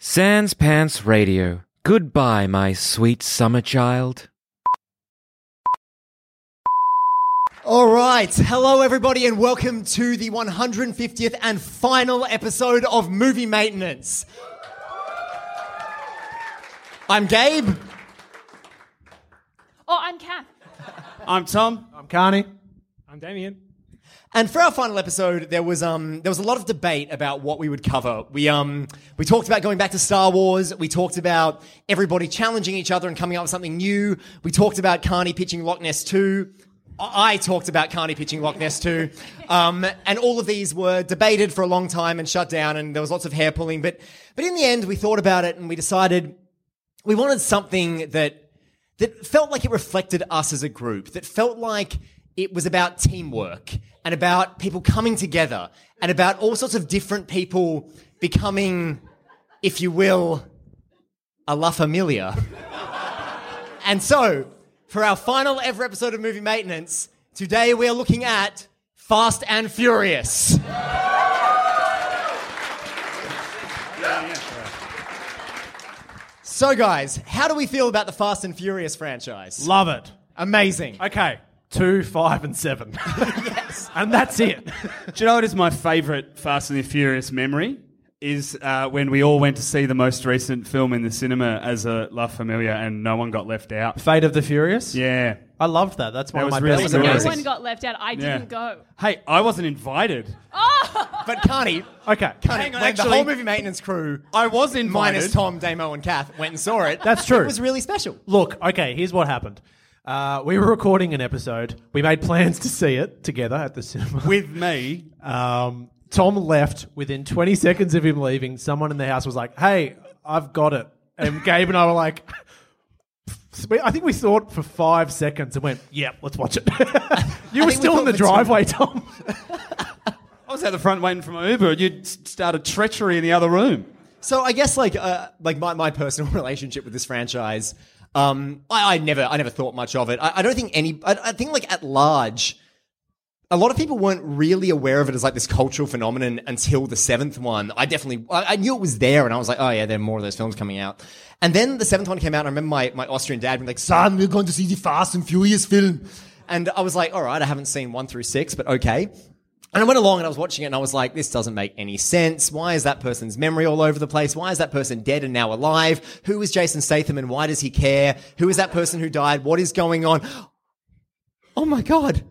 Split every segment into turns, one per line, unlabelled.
Sans Pants Radio. Goodbye, my sweet summer child.
All right. Hello, everybody, and welcome to the 150th and final episode of Movie Maintenance. I'm Gabe.
Oh, I'm Kat.
I'm Tom. I'm Carney. I'm Damien.
And for our final episode, there was um there was a lot of debate about what we would cover. We um we talked about going back to Star Wars. We talked about everybody challenging each other and coming up with something new. We talked about Carney pitching Loch Ness two. I I talked about Carney pitching Loch Ness two, um, and all of these were debated for a long time and shut down. And there was lots of hair pulling, but but in the end, we thought about it and we decided we wanted something that that felt like it reflected us as a group, that felt like it was about teamwork and about people coming together and about all sorts of different people becoming, if you will, a La Familia. and so, for our final ever episode of Movie Maintenance, today we are looking at Fast and Furious. So, guys, how do we feel about the Fast and Furious franchise?
Love it.
Amazing.
Okay, two, five, and seven. yes. And that's it. Do you know what is my favourite Fast and the Furious memory? Is uh, when we all went to see the most recent film in the cinema as a La Familia and no one got left out.
Fate of the Furious.
Yeah.
I loved that. That's one
That
of
was
my
really
best
good.
No
Amazing.
one got left out. I
Yeah.
didn't go.
Hey, I wasn't invited.
But Carney,
Okay,
Hang
on,
when the
actually-
whole movie maintenance crew,
I was invited.
minus Tom, Damo, and Kath, went and saw it.
That's true.
It was really special.
look. Okay, here's what happened. Uh, we were recording an episode. We made plans to see it together at the cinema.
With me.
Um, Tom left within 20 seconds of him leaving. Someone in the house was like, "Hey, I've got it." And Gabe and I were like, we- "I think we thought for five seconds and went, yeah, let's watch it." you were
we
still in
thought
the
for two.
driveway, Tom.
I was at the front waiting for my Uber. You'd s- started treachery in the other room.
So I guess like uh, like my, my personal relationship with this franchise, um, I, I never I never thought much of it. I, I don't think any. I, I think like at large, a lot of people weren't really aware of it as like this cultural phenomenon until the seventh one. I definitely I, I knew it was there, and I was like, oh yeah, there are more of those films coming out. And then the seventh one came out. And I remember my my Austrian dad being like, son, we're going to see the Fast and Furious film, and I was like, all right, I haven't seen one through six, but okay. And I went along and I was watching it and I was like, this doesn't make any sense. Why is that person's memory all over the place? Why is that person dead and now alive? Who is Jason Statham and why does he care? Who is that person who died? What is going on? Oh my God.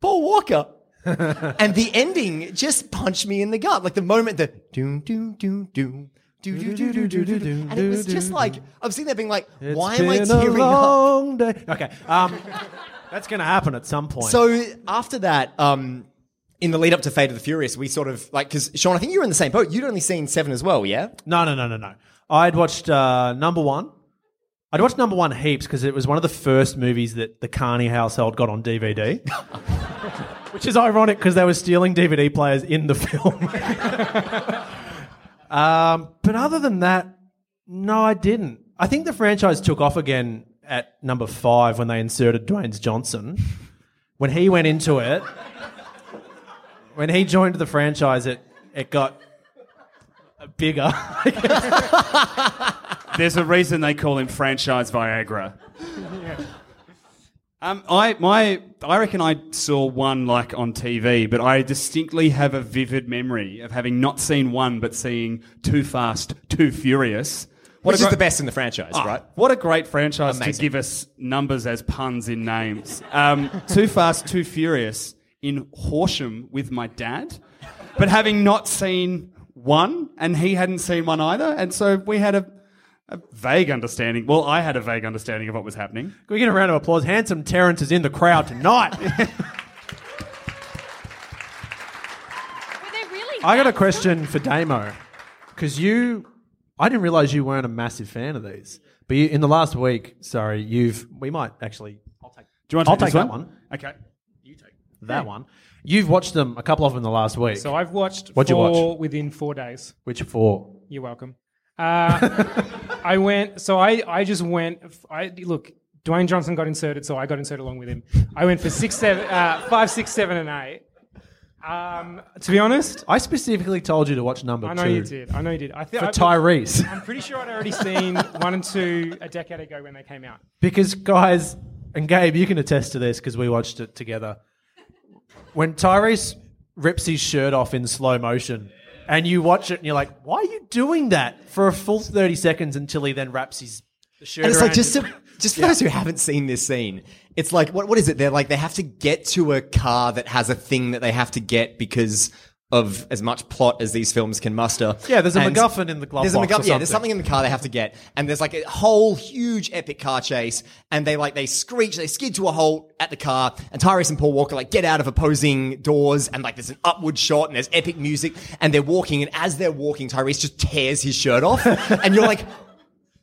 Paul Walker. and the ending just punched me in the gut. Like the moment that doom, doom, doom, doom. Do, do, do, do, do, do, do. And it was just like, I'm sitting there being like, why am I
It's been a
tearing up?
long day- Okay, um, that's going to happen at some point.
So after that, um, in the lead up to Fate of the Furious, we sort of like because Sean, I think you were in the same boat. You'd only seen Seven as well, yeah?
No, no, no, no, no. I'd watched uh, number one. I'd watched number one heaps because it was one of the first movies that the Carney household got on DVD. Which is ironic because they were stealing DVD players in the film. um, but other than that, no, I didn't. I think the franchise took off again at number five when they inserted Dwayne Johnson. When he went into it, when he joined the franchise, it, it got bigger.
There's a reason they call him franchise Viagra. Um, I my I reckon I saw one like on TV, but I distinctly have a vivid memory of having not seen one, but seeing Too Fast, Too Furious.
Which
a
is
gr-
the best in the franchise,
Ah,
right?
What a great franchise to
Amazing.
give us numbers as puns in names. Um, too Fast, Too Furious in Horsham with my dad, but having not seen one, and he hadn't seen one either, and so we had a, a vague understanding. Well, I had a vague understanding of what was happening.
Can we get a round of applause? Handsome Terrence is in the crowd tonight.
Were they really?
I got a
that
question for Damo. Because you, I didn't realize you weren't a massive fan of these. But you, in the last week, sorry, you've, we might actually,
Do you want to
I'll
take, this
take that one.
Okay. You take.
that one. You've watched them, a couple of them in the last week.
So I've watched
What'd you
four
watch?
within four days.
Which four?
You're welcome. Uh, I went. So I, I just went. I look. Dwayne Johnson got inserted, so I got inserted along with him. I went for six, seven, uh, five, six, seven, and eight. Um, to be honest,
I specifically told you to watch number
I know
two.
you did. I know you did. I think
For
I-
Tyrese.
I'm pretty sure I'd already seen one and two a decade ago when they came out.
Because, guys, and Gabe, you can attest to this because we watched it together. When Tyrese rips his shirt off in slow motion, and you watch it and you're like, why are you doing that for a full 30 seconds until he then wraps his shirt
And it's like
around
just
his-
to, just for those who haven't seen this scene, it's like what what is it? They're like they have to get to a car that has a thing that they have to get because of as much plot as these films can muster.
Yeah, there's a MacGuffin in the glove
There's a
box or
MacGuffin. Yeah, there's something
something.
in the car they have to get, and there's like a whole huge epic car chase, and they like they screech, they skid to a halt at the car, and Tyrese and Paul Walker like get out of opposing doors, and like there's an upward shot, and there's epic music, and they're walking, and as they're walking, Tyrese just tears his shirt off, and you're like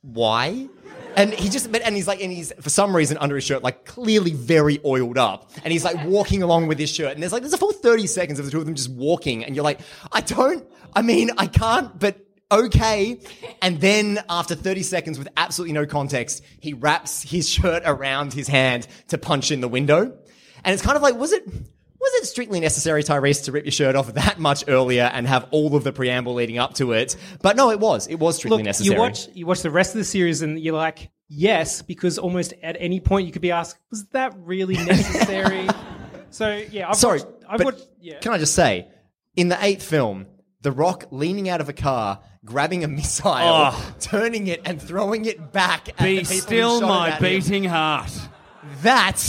why? And he just, but, and he's like, and he's for some reason under his shirt, like clearly very oiled up. And he's like walking along with his shirt. And there's like, there's a full 30 seconds of the two of them just walking. And you're like, I don't, I mean, I can't, but okay. And then after 30 seconds with absolutely no context, he wraps his shirt around his hand to punch in the window. And it's kind of like, was it, was it strictly necessary, Tyrese, to rip your shirt off that much earlier and have all of the preamble leading up to it? But no, it was. It was strictly
Look,
necessary.
you watch you watch the rest of the series and you're like, yes, because almost at any point you could be asked, was that really necessary? so yeah, I've
Sorry,
watched, I've
but
watched, yeah.
can I just say, in the eighth film, The Rock leaning out of a car, grabbing a missile,
Oh.
turning it, and throwing it back at the
Be
people who
still
shot it
my
at him.
beating heart.
That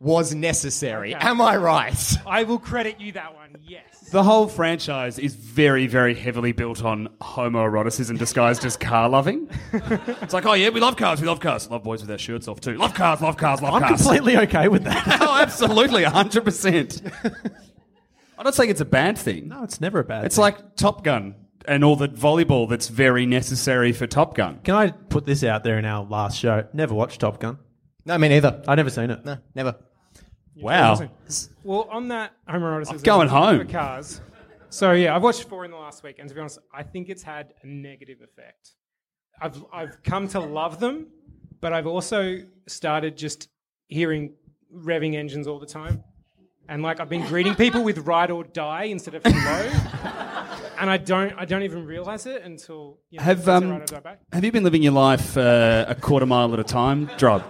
was necessary. Am I right?
I will credit you that one. Yes.
The whole franchise is very, very heavily built on homoeroticism disguised as car loving. it's like, oh yeah, we love cars, we love cars, love boys with their shirts off too, love cars, love cars, love
I'm
cars.
completely okay with that.
oh, absolutely, hundred percent. I'm not saying it's a bad thing.
no, it's never a bad
it's
thing.
like Top Gun and all the volleyball that's very necessary for Top Gun.
Can I put this out there in our last show? Never watched Top Gun.
No, me neither.
I've never seen it.
No, never.
Wow.
Well, on that homoeroticism,
I'm going home.
for cars. So yeah, I've watched four in the last week, and to be honest, I think it's had a negative effect. I've I've come to love them, but I've also started just hearing revving engines all the time, and like I've been greeting people with "ride or die" instead of "hello," and I don't I don't even realize it until you know,
Have
it's a
um,
ride or die back.
have you been living your life uh, a quarter mile at a time, Drop?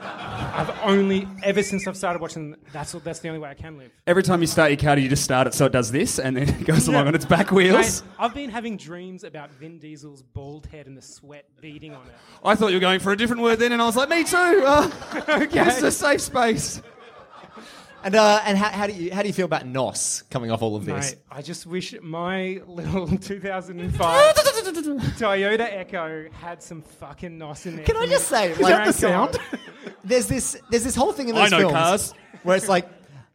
I've only ever since I've started watching. That's all- that's the only way I can live.
Every time you start your car, do you just start it so it does this, and then it goes along on its back wheels.
Mate, I've been having dreams about Vin Diesel's bald head and the sweat beading on it.
I thought you were going for a different word then, and I was like, me too. Uh, This is a safe space.
And uh, and how, how do you how do you feel about Nos coming off all of this?
Mate, I just wish my little 2005 Toyota Echo had some fucking NOS in there.
Can I just say,
Crank
like,
it
sound?
up.
There's this there's this whole thing in
I
those
know
films
cars.
where it's like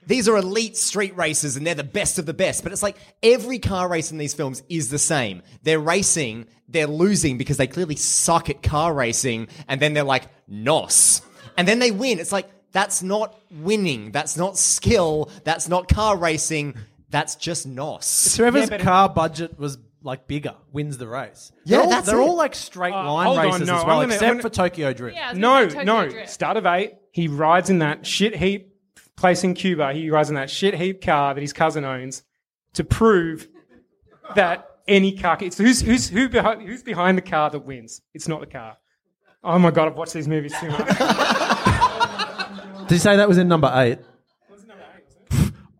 these are elite street racers and they're the best of the best, but it's like every car race in these films is the same. They're racing, they're losing because they clearly suck at car racing, and then they're like nos, and then they win. It's like that's not winning, that's not skill, that's not car racing, that's just nos.
Whoever's
but-
car budget was like bigger wins the race.
Yeah,
they're all,
that's
they're
it.
all like straight
Uh,
line
hold on,
races
no,
as
I'm
well,
gonna-
except
I'm
for
gonna-
Tokyo Drift.
Yeah, I was
No,
gonna say Tokyo
no.
Drift.
Start of eight. He rides in that shit heap place in Cuba. He rides in that shit heap car that his cousin owns to prove that any car. It's who's who's who behind who's behind the car that wins. It's not the car. Oh my god, I've watched these movies too much.
Did you say that was in number eight?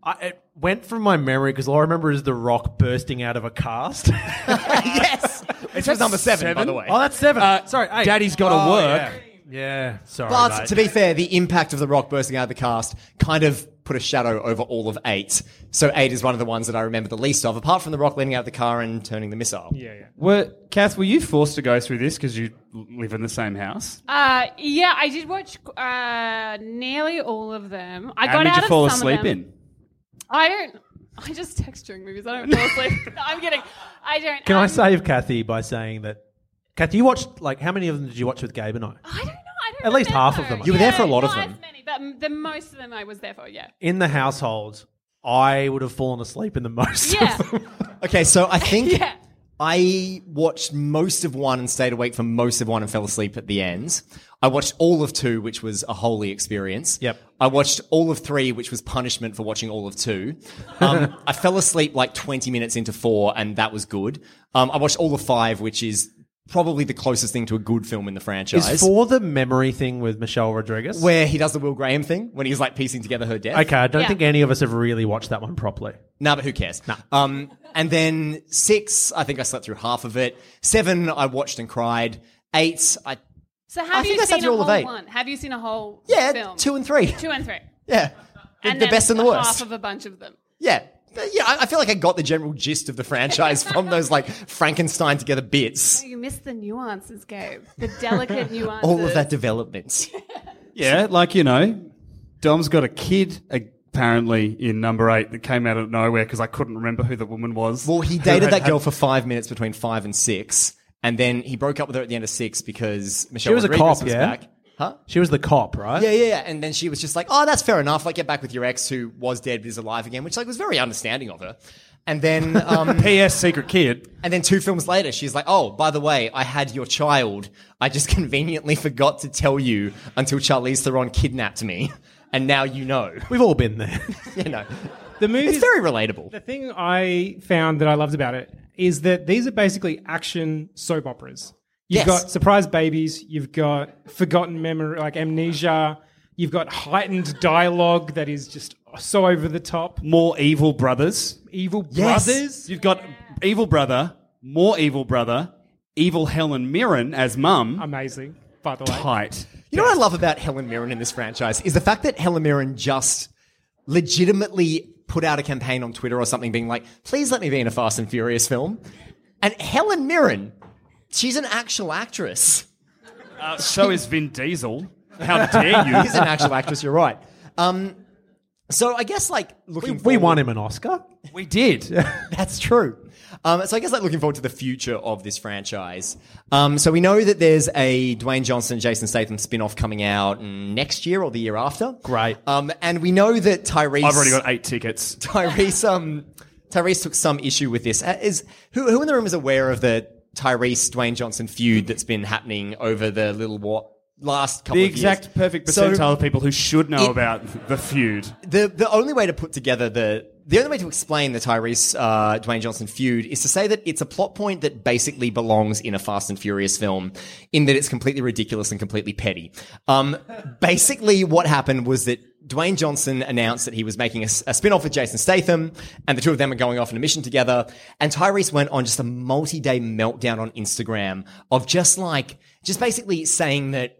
I, it went from my memory because all I remember is the rock bursting out of a cast.
yes,
Is
it's
that
was number seven, by
seven?
the way.
Oh, that's seven.
Uh,
Sorry, eight.
Daddy's gotta
Oh,
work.
Yeah. Yeah, sorry.
but
mate.
to be fair, the impact of the rock bursting out of the cast kind of put a shadow over all of eight. So eight is one of the ones that I remember the least of, apart from the rock leaning out of the car and turning the missile.
Yeah, yeah.
Were, Kath, were you forced to go through this because you l- live in the same house?
Uh, yeah, I did watch uh, nearly all of them. I
and
got
did
out
you
of
fall
some
asleep
of them.
in?
I don't. I just text during movies. I don't fall asleep. No, I'm kidding. I don't.
Can
um,
I save Kathy by saying that? Kathy, you watched, like, how many of them did you watch with Gabe and I?
I don't know. I don't
At least half of them.
remember.
You were there for a
Yeah,
lot of
not
them.
As many, but m- the most of them I was there for. Yeah.
In the household, I would have fallen asleep in the most.
Yeah.
Okay, so I think
Yeah.
I watched most of one and stayed awake for most of one and fell asleep at the end. I watched all of two, which was a holy experience.
Yep.
I watched all of three, which was punishment for watching all of two. Um, I fell asleep like 20 minutes into four, and that was good. Um, I watched all of five, which is probably the closest thing to a good film in the franchise.
Is for the memory thing with Michelle Rodriguez?
where he does the Will Graham thing when he's like piecing together her death.
okay, I don't
Yeah.
think any of us have really watched that one properly.
Nah, but who cares? Um, and then six, I think I slept through half of it. Seven, I watched and cried. Eight, I
So
I
have
think
you
I sat
seen a
through all
whole
of eight.
one? Have you seen a whole
yeah,
film?
two and three.
Two and three.
Yeah, The-
And
the
then
best and the
Half
worst.
of a bunch of them.
yeah, But yeah. I I feel like I got the general gist of the franchise from those like Frankenstein together bits.
You missed the nuances, Gabe. The delicate nuances.
All of that development.
Yeah, like, you know, Dom's got a kid apparently in number eight that came out of nowhere because I couldn't remember who the woman was.
Well, he
who
dated
had
that
had-
girl for five minutes between five and six, and then he broke up with her at the end of six because Michelle
was a
Rodriguez
cop,
was
yeah?
back. Huh?
She was the cop, right?
Yeah, yeah, yeah. And then she was just like, "Oh, that's fair enough. Like, get back with your ex who was dead but is alive again," which like was very understanding of her. And then, um,
P.S. Secret Kid.
and then two films later, she's like, "Oh, by the way, I had your child. I just conveniently forgot to tell you until Charlize Theron kidnapped me, and now you know."
We've all been there.
you know,
The movie.
it's very relatable.
The thing I found that I loved about it is that these are basically action soap operas. You've
Yes.
got surprise babies, you've got forgotten memory, like amnesia, you've got heightened dialogue that is just so over the top.
More evil brothers.
Evil
Yes.
brothers.
You've got evil brother, more evil brother, evil Helen Mirren as mum.
Amazing, by the way.
Tight.
You know what I love about Helen Mirren in this franchise is the fact that Helen Mirren just legitimately put out a campaign on Twitter or something being like, please let me be in a Fast and Furious film. And Helen Mirren, she's an actual actress.
Uh, so is Vin Diesel. How dare you?
She's an actual actress, you're right. Um, so I guess like looking
we
forward-
won him an Oscar.
We did.
That's true. Um, so I guess like looking forward to the future of this franchise. Um, so we know that there's a Dwayne Johnson, Jason Statham spin-off coming out next year or the year after.
Great.
Um, and we know that Tyrese.
I've already got eight tickets.
Tyrese. Um, Tyrese took some issue with this. Uh, Is who, who in the room is aware of the Tyrese Dwayne Johnson feud that's been happening over the little what last couple
The
of
exact
years?
perfect
So-
percentile of people who should know
It-
about the feud.
the the only way to put together the the only way to explain the Tyrese uh, Dwayne Johnson feud is to say that it's a plot point that basically belongs in a Fast and Furious film, in that it's completely ridiculous and completely petty. Um, basically, what happened was that Dwayne Johnson announced that he was making a, s- a spin off with Jason Statham, and the two of them are going off on a mission together. And Tyrese went on just a multi day meltdown on Instagram of just like, just basically saying that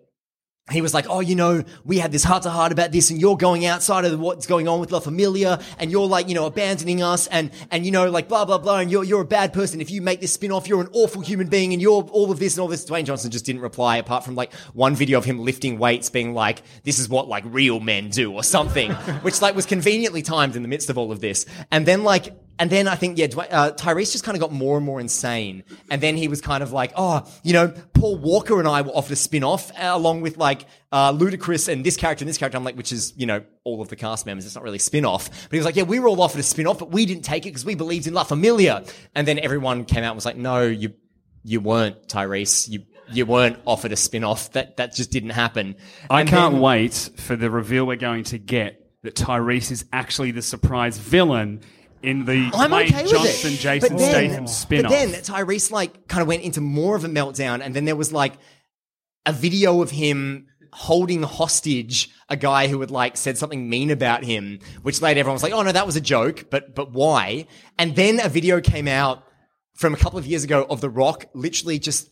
he was like, Oh, you know, we had this heart to heart about this, and you're going outside of what's going on with La Familia, and you're like, you know, abandoning us, and, and, you know, like, blah, blah, blah, and you're, you're a bad person. If you make this spin off, you're an awful human being, and you're all of this and all this. Dwayne Johnson just didn't reply, apart from like one video of him lifting weights, being like, This is what like real men do, or something, which like was conveniently timed in the midst of all of this. And then, like, and then I think, yeah, Dwayne, uh, Tyrese just kind of got more and more insane. And then he was kind of like, oh, you know, Paul Walker and I were offered a spin off uh, along with like uh, Ludacris and this character and this character. I'm like, which is, you know, all of the cast members. It's not really a spin off. But he was like, yeah, we were all offered a spin off, but we didn't take it because we believed in La Familia. And then everyone came out and was like, no, you you weren't, Tyrese. You you weren't offered a spin off. That, that just didn't happen.
I
And
can't
then-
wait for the reveal we're going to get that Tyrese is actually the surprise villain in the
I'm
Dwayne
okay with
Johnson
it.
Jason
but then,
Statham spin off.
But then Tyrese like kind of went into more of a meltdown, and then there was like a video of him holding hostage a guy who had like said something mean about him, which later everyone was like, oh no, that was a joke, but but why? And then a video came out from a couple of years ago of The Rock literally just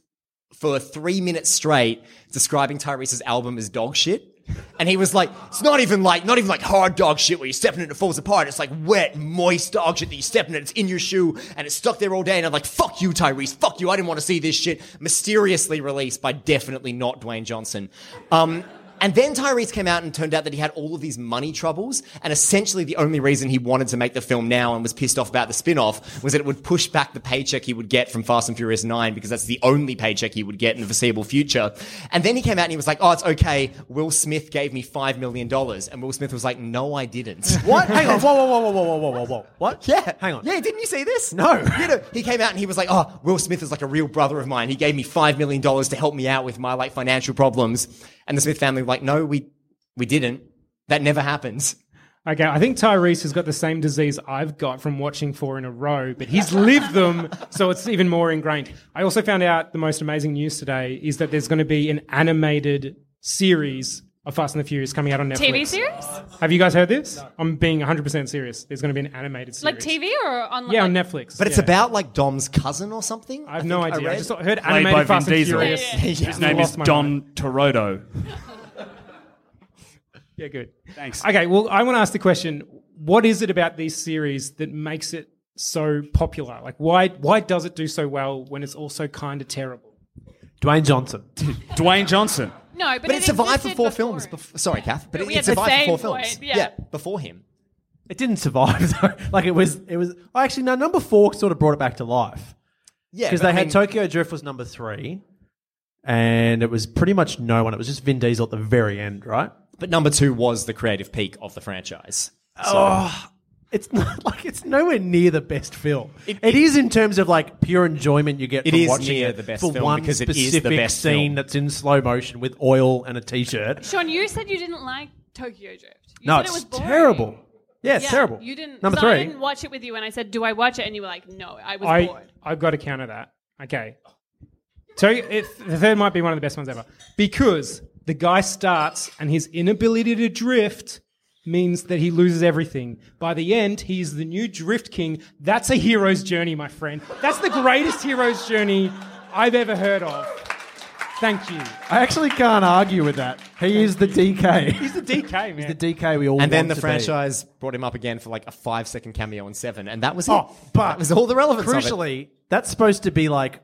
for three minutes straight describing Tyrese's album as dog shit. And he was like, it's not even like, not even like hard dog shit where you step in it and it falls apart. It's like wet, moist dog shit that you step in it, it's in your shoe and it's stuck there all day. And I'm like, fuck you, Tyrese. Fuck you. I didn't want to see this shit. Mysteriously released by definitely not Dwayne Johnson. Um, and then Tyrese came out and turned out that he had all of these money troubles. And essentially, the only reason he wanted to make the film now and was pissed off about the spin off was that it would push back the paycheck he would get from Fast and Furious 9 because that's the only paycheck he would get in the foreseeable future. And then he came out and he was like, oh, it's okay. Will Smith gave me $5 million. And Will Smith was like, no, I didn't.
What? Hang on. Whoa, whoa, whoa, whoa, whoa, whoa, whoa, whoa. What?
Yeah.
Hang on.
Yeah, didn't you see this?
No.
You know, he came out and he was like, "Oh, Will Smith is like a real brother of mine. He gave me five million dollars to help me out with my like financial problems." And the Smith family were like, "No, we we didn't. That never happens."
Okay, I think Tyrese has got the same disease I've got from watching four in a row, but he's lived them, so it's even more ingrained. I also found out the most amazing news today is that there's going to be an animated series of Fast and the Furious coming out on Netflix.
TV series?
Have you guys heard this? I'm being 100% serious. There's going to be an animated series.
Like TV or on
Yeah,
like,
on Netflix.
But it's
yeah.
about like Dom's cousin or something.
I have no idea. I,
read.
just thought- heard
Played
animated
by Vin
Fast and
Diesel.
Furious.
Yeah, yeah, yeah.
His name is
Lost my
Don Torodo.
Yeah, good.
Thanks.
Okay, well, I want to ask the question: What is it about these series that makes it so popular? Like, why why does it do so well when it's also kind of terrible?
Dwayne Johnson.
Dwayne Johnson.
No, but,
But it survived for
existed
four
before
films.
it.
Before, sorry, Kath. But
But
it,
we
it
had the
survived for
same
four
point,
films.
yeah.
before him.
It didn't survive though. like it was. It was. oh, Actually, no. Number four sort of brought it back to life
Yeah,
because
but
they
I
had
mean-
Tokyo Drift was number three, and it was pretty much no one. It was just Vin Diesel at the very end, right?
But number two was the creative peak of the franchise.
It's not like it's nowhere near the best film. it is in terms of like pure enjoyment you get
It
from
is
watching
near
it
the best
for
film
one
because it is the
specific
best
scene
film.
that's in slow motion with oil and a t-shirt.
Sean, you said you didn't like Tokyo Drift. You
no,
said
it's
it was boring.
terrible. Yeah, it's
Yeah,
terrible.
You didn't.
Number
so
three.
I didn't watch it with you, and I said, "Do I watch it?" And you were like, "No, I was
I
bored."
I've got to counter that. Okay, so it, the third might be one of the best ones ever because the guy starts and his inability to drift means that he loses everything. By the end, he's the new drift king. That's a hero's journey, my friend. That's the greatest hero's journey I've ever heard of. Thank you.
I actually can't argue with that. He is the DK.
He's the DK man.
He's the DK we all
And then
want
the
to be.
franchise brought him up again for like a five second cameo in seven, and that was
Oh,
it.
but
that was all the relevance. of it.
Crucially, that's supposed to be like,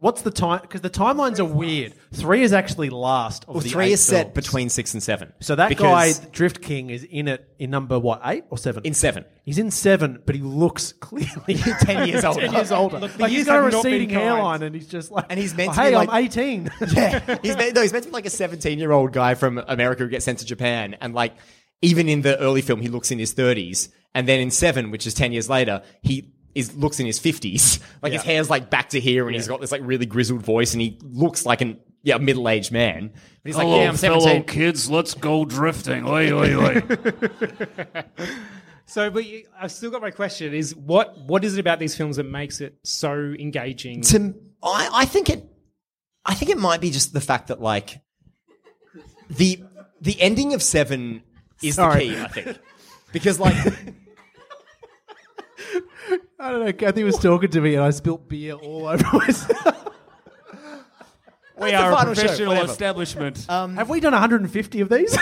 what's the time? Because the timelines are weird. Three is actually last of
Well,
the
three
eight
is set
films.
between six and seven.
So that guy,
Because
Drift King, is in it in number what eight or seven?
in seven,
He's in seven, but he looks clearly
ten years older.
ten years older.
Look, the
like
years
he's got a
have not been
receding
kind.
hairline, and he's just like,
And he's meant
oh,
to be
hey,
like-
I'm eighteen.
yeah, he's meant, no, he's meant to be like a seventeen-year-old guy from America who gets sent to Japan, and like even in the early film, he looks in his thirties, and then in seven, which is ten years later, he is looks in his fifties. Like his hair's like back to here, and he's got this like really grizzled voice, and he looks like an yeah middle-aged man. But he's like, yeah, I'm seventeen.
kids, let's go drifting. Oi, oi, oi.
So, but you, I've still got my question: Is what what is it about these films that makes it so engaging?
to I, I think it I think it might be just the fact that like the the ending of seven is
Sorry.
the key, I think. Because like
I don't know. Kathy was talking to me, and I spilt beer all over myself.
we
the
are a
final show,
professional
whatever.
establishment.
Have we done 150 of these?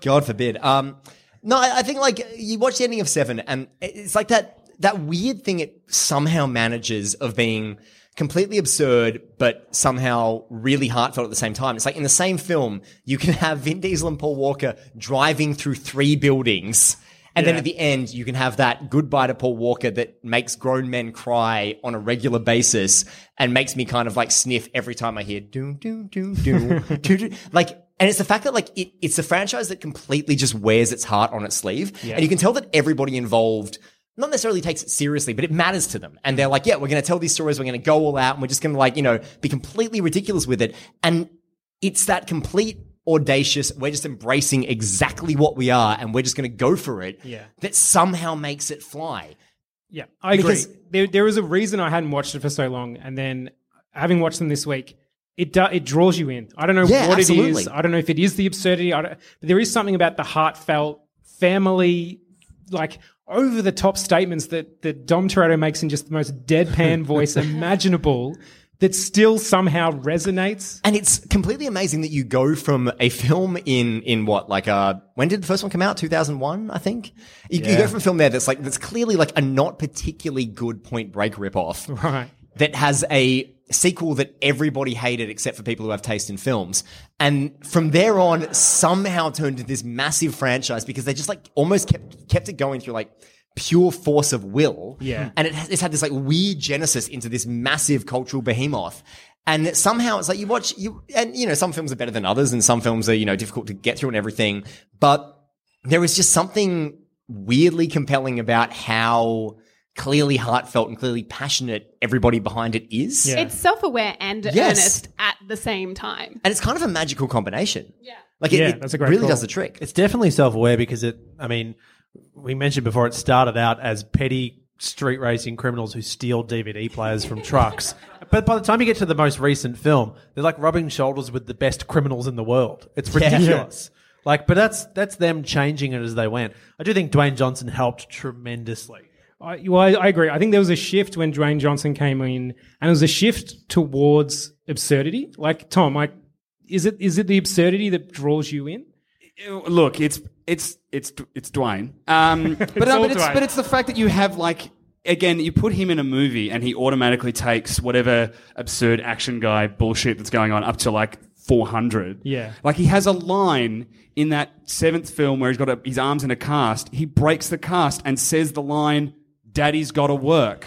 God forbid. Um no, I I think like you watch the ending of Seven and it's like that that weird thing it somehow manages of being completely absurd but somehow really heartfelt at the same time. It's like in the same film, you can have Vin Diesel and Paul Walker driving through three buildings. And then at the end, you can have that goodbye to Paul Walker that makes grown men cry on a regular basis and makes me kind of like sniff every time I hear doom, doom, doom, doom, doo, doo. Like, and it's the fact that like it, it's a franchise that completely just wears its heart on its sleeve. And you can tell that everybody involved not necessarily takes it seriously, but it matters to them. And they're like, yeah, we're going to tell these stories. We're going to go all out and we're just going to like, you know, be completely ridiculous with it. And it's that complete audacious, we're just embracing exactly what we are and we're just going to go for it
Yeah.
that somehow makes it fly.
yeah, I
Because-
agree. There, there was a reason I hadn't watched it for so long, and then having watched them this week,
it do, it draws you in. I don't know
Yeah,
what it
absolutely.
is. I don't know if it is the absurdity. I don't, but there is something about the heartfelt family, like over the top statements that that Dom Toretto makes in just the most deadpan voice imaginable. That still somehow resonates.
And it's completely amazing that you go from a film in in what like uh when did the first one come out? Two thousand one, I think. You, you
Yeah.
go from a film there that's like that's clearly like a not particularly good Point Break ripoff,
Right.
That has a sequel that everybody hated except for people who have taste in films, and from there on somehow turned into this massive franchise because they just like almost kept kept it going through like pure force of will,
Yeah.
and it has, it's had this like weird genesis into this massive cultural behemoth. And somehow it's like you watch you, and you know some films are better than others, and some films are you know difficult to get through and everything. But there was just something weirdly compelling about how clearly heartfelt and clearly passionate everybody behind it is.
It's self-aware and
Yes.
earnest at the same time.
and it's kind of a magical combination.
Yeah.
Like it,
Yeah,
it
that's a great
really
call.
does the trick.
It's definitely self aware because it, I mean, we mentioned before it started out as petty street racing criminals who steal DVD players from trucks. But by the time you get to the most recent film, they're like rubbing shoulders with the best criminals in the world. It's
Yeah.
ridiculous. Like, but that's that's them changing it as they went. I do think Dwayne Johnson helped tremendously.
I, well, I, I agree. I think there was a shift when Dwayne Johnson came in, and it was a shift towards absurdity. Like Tom, like is it is it the absurdity that draws you in?
Look, it's it's it's it's Dwayne. Um, but
It's
no,
all
but it's
Dwayne.
but it's the fact that you have like again, you put him in a movie and he automatically takes whatever absurd action guy bullshit that's going on up to like. 400.
Yeah.
Like he has a line in that seventh film where he's got a, his arms in a cast. He breaks the cast and says the line, Daddy's gotta work.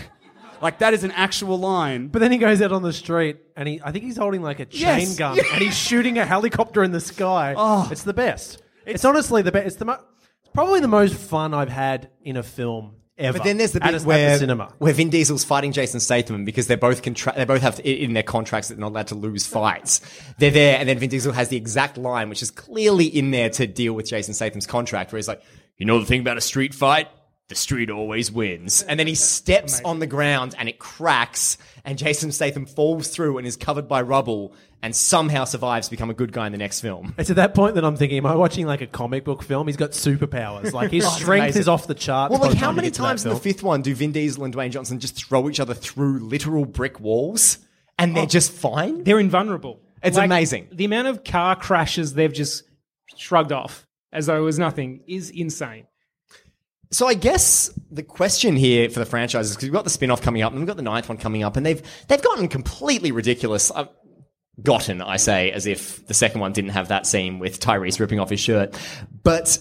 Like that is an actual line.
But then he goes out on the street and he, I think he's holding like a chain
Yes.
gun and he's shooting a helicopter in the sky.
Oh.
It's the best. It's, honestly the best. It's the mo- it's probably the most fun I've had in a film ever.
But then there's the
at,
bit
a- at
where
the cinema.
where Vin Diesel's fighting Jason Statham because they're both contra- they both have to, in their contracts that they're not allowed to lose fights. They're there, and then Vin Diesel has the exact line, which is clearly in there to deal with Jason Statham's contract, where he's like, "You know the thing about a street fight." The street always wins. And then he steps on the ground and it cracks, and Jason Statham falls through and is covered by rubble and somehow survives to become a good guy in the next film.
It's at that point that I'm thinking, am I watching like a comic book film? He's got superpowers. Like his
Oh, it's
strength
amazing.
is off the charts.
Well,
by
like,
the
how
time you
many
get to that
times in the
film.
fifth one do Vin Diesel and Dwayne Johnson just throw each other through literal brick walls and they're just fine?
They're invulnerable.
It's amazing.
The amount of car crashes they've just shrugged off as though it was nothing is insane.
So I guess the question here for the franchises because we've got the spin-off coming up and we've got the ninth one coming up, and they've they've gotten completely ridiculous. i gotten, I say, as if the second one didn't have that scene with Tyrese ripping off his shirt. But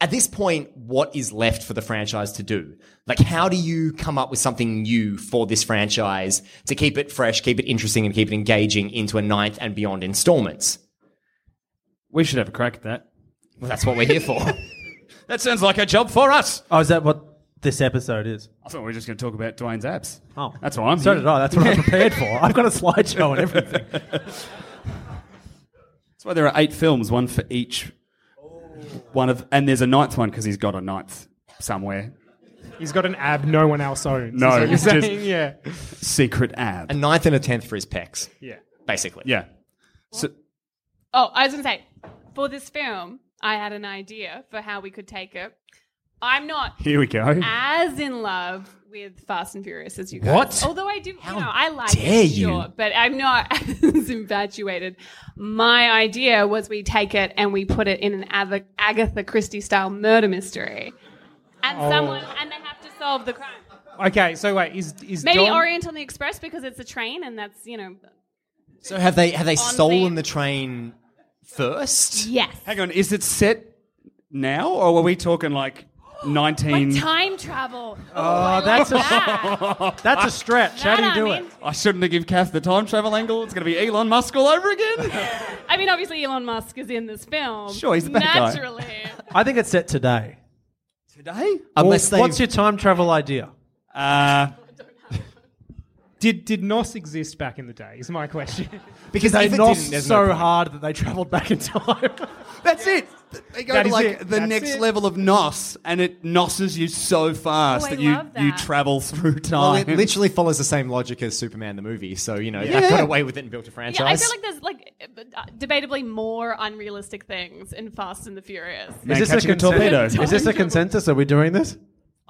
at this point, what is left for the franchise to do? Like, how do you come up with something new for this franchise to keep it fresh, keep it interesting, and keep it engaging into a ninth and beyond installments?
We should have a crack at that.
Well, that's what we're here for.
That sounds like a job for us.
Oh, is that what this episode is?
I thought we were just going to talk about Dwayne's abs.
Oh,
that's why I'm
So
here.
did I. That's what I'm prepared for. I've got a slideshow and everything.
That's why there are eight films, one for each. One of, and there's a ninth one because he's got a ninth somewhere.
He's got an ab no one else owns. is
No,
what you're
it's just-
saying? yeah,
Secret ab.
a ninth and a tenth for his pecs,
yeah.
basically.
yeah. So,
Oh, I was going to say, for this film, I had an idea for how we could take it. I'm not
here we go.
as in love with Fast and Furious as you guys.
What?
Although I do, you know, I like
dare
it,
you.
sure, but I'm not as infatuated. My idea was we take it and we put it in an Ag- Agatha Christie style murder mystery, and
Oh.
someone and they have to solve the crime.
Okay, so wait, is is
Maybe
Dom-
Orient on the Express because it's a train and that's you know
So have they have they stolen
theme.
the train first?
yes.
Hang on, is it set now or were we talking like 19?
Like time travel. Oh,
that's
that's
a-
that.
That's a stretch. How do you
That,
do
I
it?
mean-
I shouldn't have given Kath the time travel angle. It's going to be Elon Musk all over again.
I mean, obviously Elon Musk is in this film.
Sure, he's the bad guy.
naturally.
I think it's set today.
Today?
Unless they
What's your time travel idea?
Uh,
Uh, Did did Nos exist back in the day? Is my question.
Because they knocked so hard that they travelled back in time.
That's it. They go
That
to
is
like
it.
the
That's
next
it.
level of nos, and it nosses you so fast
Oh, I
that you
love
you
that.
travel through
Well,
time.
it literally follows the same logic as Superman the movie, so you know
Yeah.
they got away with it and built a
Yeah, I
franchise.
feel like there's like uh, debatably more unrealistic things in Fast and the Furious.
Man
Is this, a
catching
consen-
torpedo.
is this a consensus? Are we doing this?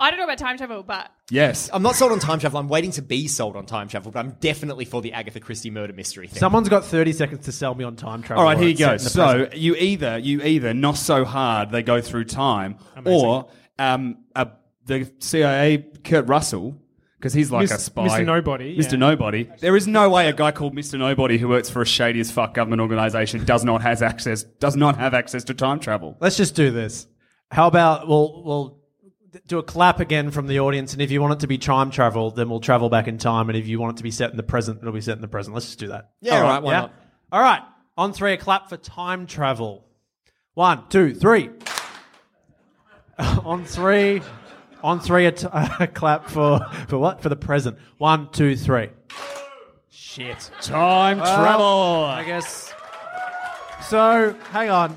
I don't know about time travel, but
Yes.
I'm not sold on time travel. I'm waiting to be sold on time travel, but I'm definitely for the Agatha Christie murder mystery thing.
Someone's got 30 seconds to sell me on time travel.
All right,
or
here you
it's set
go.
in
So
the present.
you either you either not so hard they go through time, or um, uh, the CIA Kurt Russell because he's like
Mis-
a spy,
Mr. Nobody,
Mr.
yeah.
Nobody. There is no way a guy called Mr. Nobody who works for a shady as fuck government organization does not has access does not have access to time travel.
Let's just do this. How about we'll, we'll do a clap again from the audience, and if you want it to be time travel, then we'll travel back in time, and if you want it to be set in the present, it'll be set in the present. Let's just do that.
Yeah, all right, why not?
All right, on three, a clap for time travel. One, two, three. on three, on three, a, t- a clap for for what? For the present. One, two, three. Shit.
Time travel.
I guess. So, hang on.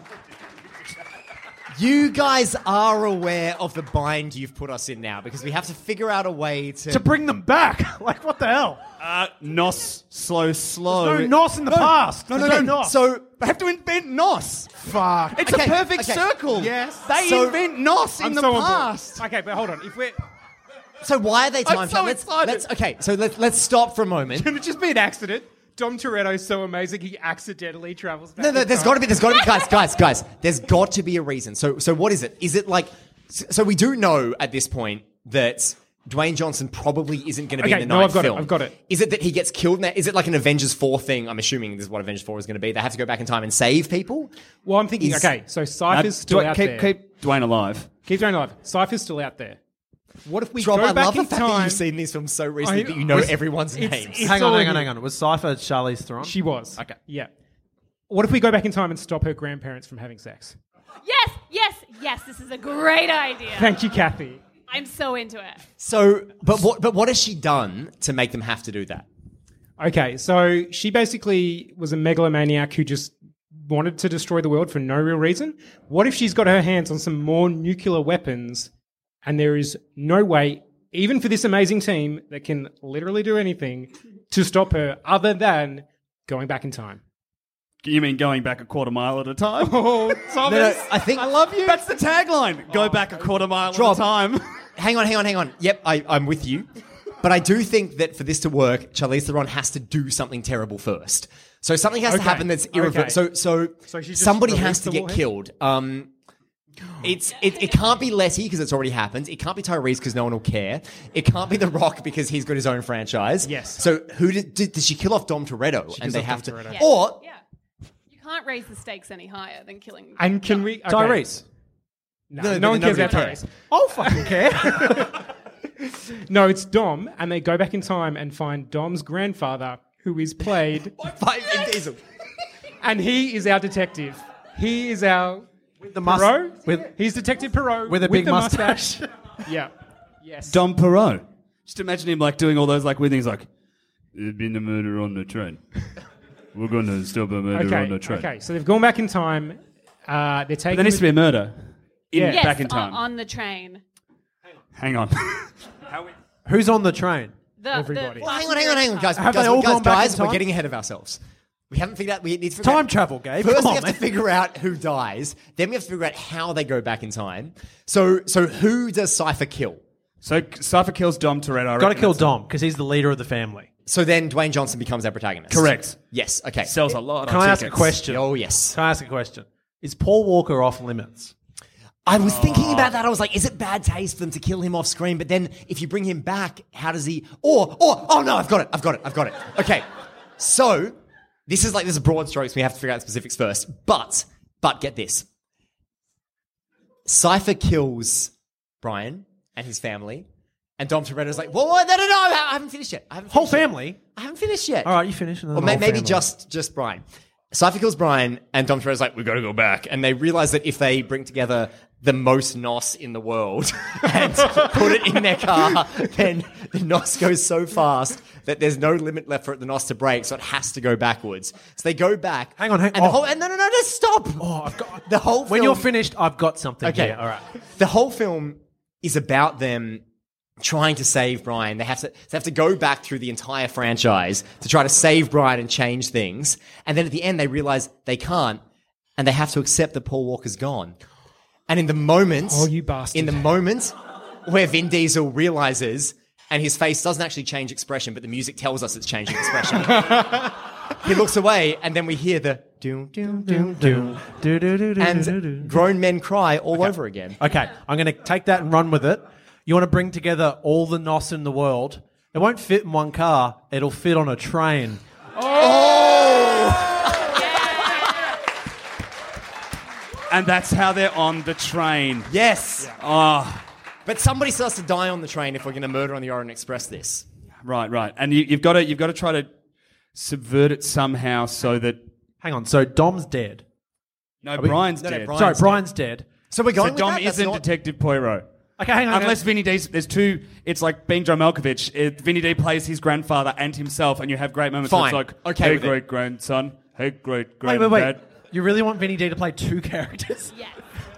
you guys are aware of the bind you've put us in now because we have to figure out a way to.
To bring them back, like what the hell?
Uh, nos slow slow.
There's no nos in the past.
No, no, no.
There's no nos.
So they have to invent nos.
Fuck.
It's
Okay,
a perfect
okay.
circle.
Yes.
They
So-
invent nos in
I'm
the
so on board.
past.
Okay, but hold on. If we're
so why are they time
so
travel? Let's,
excited.
let's okay. So let's let's stop for a moment.
can it just be an accident? Dom Toretto's so amazing he accidentally travels. Back
No, no,
in
there's
time.
got to be, there's got to be, guys, guys, guys. There's got to be a reason. So, so what is it? Is it like? So so we do know at this point that Dwayne Johnson probably isn't going to be
Okay,
in the
no,
ninth
I've got it,
film.
I've got it.
Is it that he gets killed? Now? Is it like an Avengers Four thing? I'm assuming this is what Avengers Four is going to be. They have to go back in time and save people.
Well, I'm thinking.
Is-
okay, so Cypher's still
Dwayne-
out
keep,
there.
keep Dwayne alive.
Keep going live. Cypher's still out there. What if we
Rob,
go
I
back
love
in
the fact that
time?
you've seen these films so recently
I-
that you know
it's-
everyone's
it's-
names.
it's-
hang on,
all
hang on,
here.
hang on. Was Cypher Charlie's Theron?
She was.
Okay.
Yeah. What if we go back in time and stop her grandparents from having sex?
yes, yes, yes. This is a great idea.
Thank you, Kathy.
I'm so into it.
so, but what, but what has she done to make them have to do that?
Okay, so she basically was a megalomaniac who just wanted to destroy the world for no real reason. What if she's got her hands on some more nuclear weapons and there is no way, even for this amazing team that can literally do anything, to stop her other than going back in time?
You mean going back a quarter mile at a time?
Oh, Thomas,
I think-
I love you.
That's the tagline. Go back a quarter mile
Rob.
at a time.
Hang on, hang on, hang on. Yep, I, I'm with you. But I do think that for this to work, Charlize Theron has to do something terrible first. So something has to
Okay,
happen that's irreversible.
okay.
So, so,
So she just
somebody
released
has to
the
get
warhead?
killed. Um, it's it, it can't be Letty because it's already happened. It can't be Tyrese because no one will care. It can't be The Rock because he's got his own franchise.
Yes.
So who did did, did she kill off Dom Toretto? and they
off
have
Dom
to
Toretto.
Yeah.
or
yeah, you can't raise the stakes any higher than killing.
And can we. okay.
Tyrese.
No,
No,
no,
no,
one cares
nobody
about
cares.
Tyrese. I'll fucking care. no, it's Dom, and they go back in time and find Dom's grandfather, who is played,
Five Vin Diesel.
and he is our detective. He is our
The
Perot.
with
He's Detective Perot
with a big
the
mustache.
yeah. Yes.
Dom Perot. Just imagine him like doing all those like weird things like there's been a murder on the train. We're gonna stop a murder
okay.
on the train.
Okay. So they've gone back in time. Uh, they're taking.
There needs to be a murder. In,
Yeah.
yes,
back in time.
On, on the train.
Hang on.
Who's on the train?
The,
Everybody.
The
Well,
Hang on, hang on, hang on, guys.
Have
guys,
they all
guys,
gone back
guys,
in
we're
time?
getting ahead of ourselves. We haven't figured out. We need to figure
Time
out-
travel, Gabe.
First,
Come
we
on,
have
man.
to figure out who dies. Then we have to figure out how they go back in time. So, so who does Cipher kill?
so Cypher kills Dom Toretto. I
Got to
reckon
kill
that's-
Dom because he's the leader of the family.
So then Dwayne Johnson becomes our protagonist.
Correct.
Yes. Okay.
Sells a lot
Can
of
I ask a
tickets.
question?
oh yes.
Can I ask a question? Is Paul Walker off limits?
I was thinking about
Oh.
that. I was like, is it bad taste for them to kill him off screen? But then if you bring him back, how does he? Or or oh no, I've got it. I've got it. I've got it. Okay. So this is like this is broad strokes. We have to figure out specifics first. But but get this. Cipher kills Brian and his family, and Dom Toretto's like, whoa, whoa, no, no, no, I haven't finished yet. I haven't
Whole
finished yet.
family.
I haven't finished yet.
All right, you finish. and then
Or may-
whole
maybe
family.
just just Brian. Cypher kills Brian, and Dom Toretto's like, we've got to go back. And they realize that if they bring together the most nos in the world and put it in their car, then the nos goes so fast that there's no limit left for it, the nos to break, so it has to go backwards. So they go back.
Hang on, hang
and
on.
The whole, and no, no, no, just stop.
Oh, I've got.
The whole
When
film-
you're finished, I've got something.
Okay,
here. all right.
The whole film is about them trying to save Brian. They have to they have to go back through the entire franchise to try to save Brian and change things. And then at the end, they realize they can't, and they have to accept that Paul Walker's gone. And in the moment,
Oh, you bastard.
In the moment where Vin Diesel realizes. And his face doesn't actually change expression, but the music tells us it's changing expression. he looks away, and then we hear the doom, doom, doom, doom,
Do, do, do, do, do, do,
and
do.
grown men cry all over again.
Okay, I'm going to take that and run with it. You want to bring together all the nos in the world. It won't fit in one car. It'll fit on a train.
And that's how they're on the train.
Yes.
Ah,
But somebody still has to die on the train if we're going to murder on the Orient Express this.
right, right. And you, you've got to you've got to try to subvert it somehow so that
Hang on. So Dom's dead.
no,
we-
Brian's
no, no,
dead.
Brian's
Sorry,
dead.
Brian's dead.
So we're going
so
with
Dom
that? That's
isn't
not-
Detective Poirot.
Okay, hang on.
Unless
hang on.
Vinny D's, there's two. It's like being Joe Malkovich. It, Vinny D plays his grandfather and himself, and you have great moments. where
Fine.
It's like,
Okay
hey,
with it.
great grandson. Hey, great
Wait,
granddad.
wait, wait. You really want Vinny D to play two characters?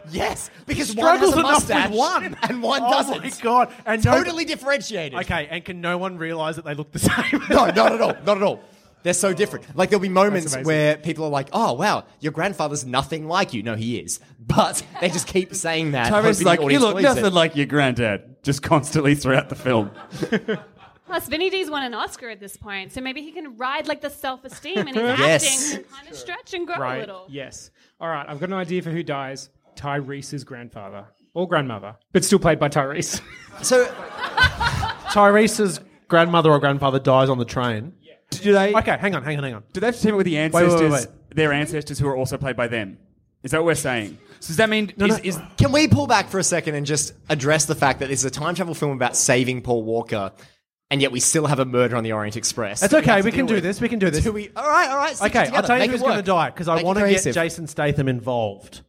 Yes, because
Struggles
one
enough
has a mustache
with one.
and one
Oh
doesn't.
my God. And no-
totally differentiated.
Okay, and can no one realise that they look the same?
No, not at all. Not at all. They're so different. Like there'll be moments
amazing.
where people are like, "Oh wow, your grandfather's nothing like you." No, he is, but they just keep saying
Tyrese
that. hoping
is
the
like, you
audience
look
believes it."
nothing like your granddad, just constantly throughout the film.
Plus, Vinny D's won an Oscar at this point, so maybe he can ride like the self-esteem and his
Yes.
acting can kind of stretch and grow a
Right.
little.
Yes. All right. I've got an idea for who dies. Tyrese's grandfather or grandmother, but still played by Tyrese.
So
Tyrese's grandmother or grandfather dies on the train.
Do they?
Okay, hang on, hang on, hang on.
Do they have to team up with the
wait,
ancestors?
wait,
Their ancestors who are also played by them. Is that what we're saying? So does that mean is, is
Can we pull back for a second and just address the fact that this is a time travel film about saving Paul Walker, and yet we still have a murder on the Orient Express?
That's
that we
okay.
have
We
to
can do
deal with.
this. We can do this.
Do we? All right, all right. stick
Okay, I'll
together,
tell you
make
who's
it
going to
work.
die because
Make
I
it
want to get
cohesive.
Jason Statham involved.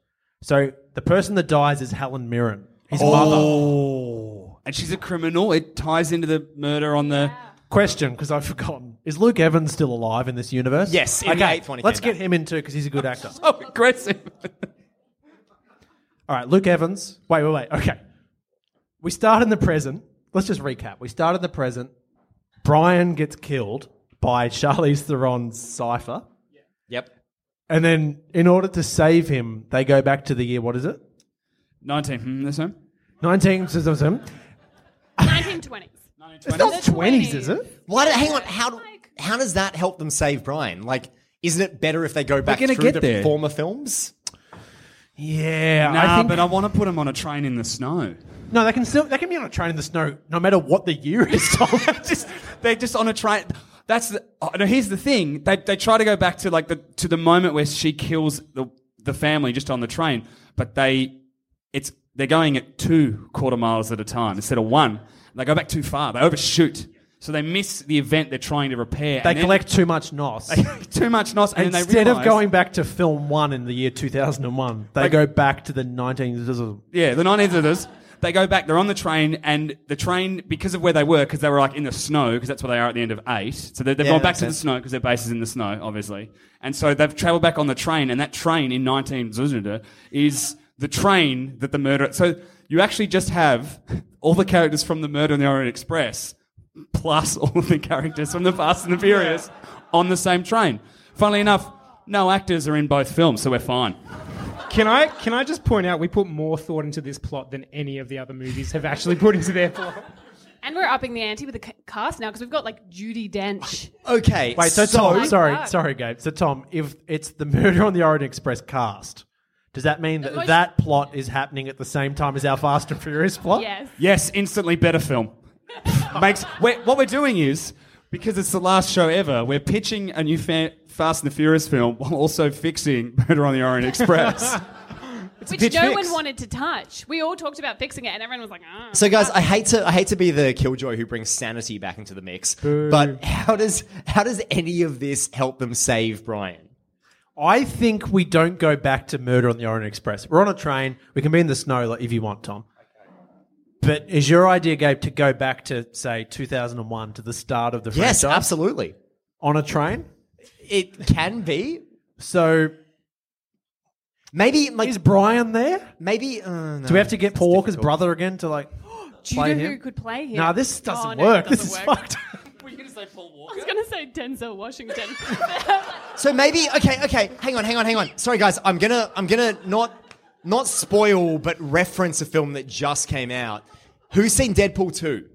So the person that dies is Helen Mirren. His mother.
Oh. and she's a criminal? It ties into the murder on the.
Question, because I've forgotten. Is Luke Evans still alive in this universe?
Yes, in the
okay,
eighth one he
let's
came
get him in too because he's a good actor.
Oh, aggressive!
All right, Luke Evans. Wait, wait, wait. Okay. We start in the present. Let's just recap. We start in the present. Brian gets killed by Charlize Theron's cipher.
Yep.
And then, in order to save him, they go back to the year, what is it?
Nineteen. Hmm, this one.
19.
1920s.
It's not 20s, is it?
Why? Do, hang on. How? Do, how does that help them save Brian? Like, isn't it better if they go back
gonna
through
get
the
there.
former films?
Yeah,
Nah,
I think.
but I want to put him on a train in the snow.
no, they can still they can be on a train in the snow, no matter what the year is. Tom.
just they're just on a train. That's the, oh, no, here's the thing. They they try to go back to like the to the moment where she kills the the family just on the train, but they it's they're going at two quarter miles at a time instead of one. They go back too far. They overshoot, so they miss the event they're trying to repair.
they
and then-
collect too much nos.
too much nos, and then they
Instead
realize,
of going back to film one in the year 2001, they
Like-
go back to the 19.
Yeah, the nine editors. They go back. They're on the train, and the train because of where they were, because they were like in the snow, because that's where they are at the end of eight. So they, they've
Yeah,
gone back
makes
to the
sense.
snow because their base is in the snow, obviously. And so they've travelled back on the train, and that train in nineteen Zuzunda is the train that the murder. So you actually just have all the characters from the Murder on the Orient Express, plus all of the characters from the Fast and the Furious, on the same train. Funnily enough, no actors are in both films, so we're fine.
Can I can I just point out we put more thought into this plot than any of the other movies have actually put into their plot?
And we're upping the ante with the c- cast now because we've got like Judy Dench.
Okay.
Wait, so, Tom, sorry,
fuck.
sorry, Gabe. So Tom, if it's the Murder on the Orient Express cast, does that mean that
most-
that plot is happening at the same time as our Fast and Furious plot?
yes.
Yes, instantly better film. Makes we what we're doing is because it's the last show ever. We're pitching a new fa- Fast and the Furious film while also fixing Murder on the Orient Express.
Which
pitch
no
fix.
one wanted to touch. We all talked about fixing it and everyone was like, ah.
So, guys, I hate to I hate to be the killjoy who brings sanity back into the mix, but how does how does any of this help them save Brian?
I think we don't go back to Murder on the Orient Express. We're on a train. We can be in the snow like, if you want, Tom. But is your idea, Gabe, to go back to say 2001 to the start of the
Yes,
franchise
absolutely.
on a train?
It can be.
So
Maybe like
is Brian there?
maybe uh, no.
Do we have to get Paul Walker's brother again to like
Do you
play
know
him?
who could play him?
Nah, this doesn't
Oh, no, it
work.
doesn't
this is
work.
fucked.
Were you going to say Paul Walker?
I was going to say Denzel Washington.
So maybe okay, okay. Hang on, hang on, hang on. Sorry guys, I'm gonna I'm gonna not not spoil, but reference a film that just came out. Who's seen Deadpool two?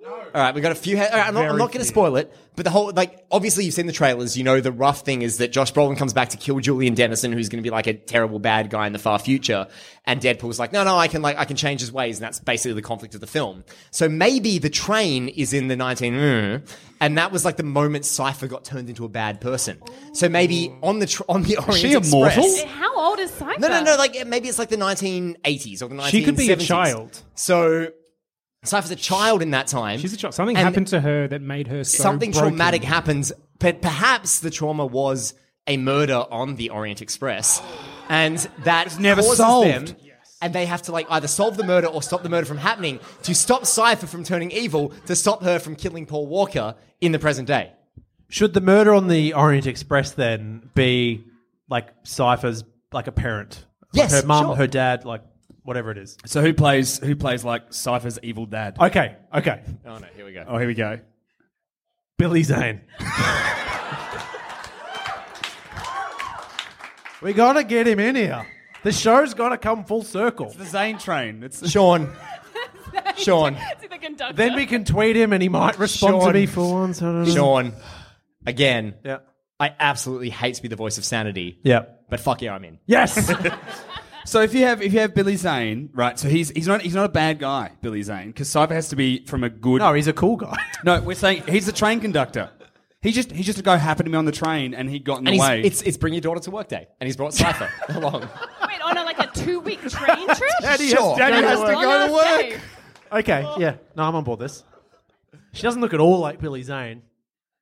No. All right, we got a few. Ha- all right, I'm not, I'm not going to spoil it, but the whole like obviously you've seen the trailers. You know the rough thing is that Josh Brolin comes back to kill Julian Dennison, who's going to be like a terrible bad guy in the far future, and Deadpool's like, no, no, I can like I can change his ways, and that's basically the conflict of the film. So maybe the train is in the 19, mm, and that was like the moment Cipher got turned into a bad person. So maybe on the tr- on the Orient
she
Express-
immortal?
How old is Cypher?
No, no, no. Like maybe it's like the 1980s or the 1970s.
She could be a child.
So Cypher's a child in that time.
She's a child. Something
And
happened to her that made her so
something
broken.
traumatic happens, but perhaps the trauma was a murder on the Orient Express, and that
never
causes
solved.
them. And they have to like either solve the murder or stop the murder from happening to stop Cipher from turning evil to stop her from killing Paul Walker in the present day.
Should the murder on the Orient Express then be like Cypher's like a parent? Like
Yes,
her mum,
sure.
her dad, like whatever it is.
So who plays who plays like Cypher's evil dad?
Okay, okay.
Oh no, here we go.
Oh, here we go.
Billy Zane. we gotta get him in here. The show's gotta come full circle.
The Zane train. It's
Sean, Sean,
To the conductor.
Then we can tweet him and he might respond
Sean.
to me for once. I don't know.
Sean, again.
Yeah.
I absolutely hate to be the voice of sanity.
Yeah.
But fuck yeah, I'm in.
Yes.
so if you have if you have Billy Zane, right? So he's he's not he's not a bad guy, Billy Zane, because Cypher has to be from a good.
no, he's a cool guy.
No, we're saying he's the train conductor. He just he just a guy happened to be on the train and he got in
And
the
he's,
way.
it's it's bring your daughter to work day, and he's brought Cipher along.
Wait, on a, like a two week train trip?
Daddy has- Sure. Daddy has to
Long
go to
ass
work.
day.
Okay, yeah. No, I'm on board this. She doesn't look at all like Billy Zane.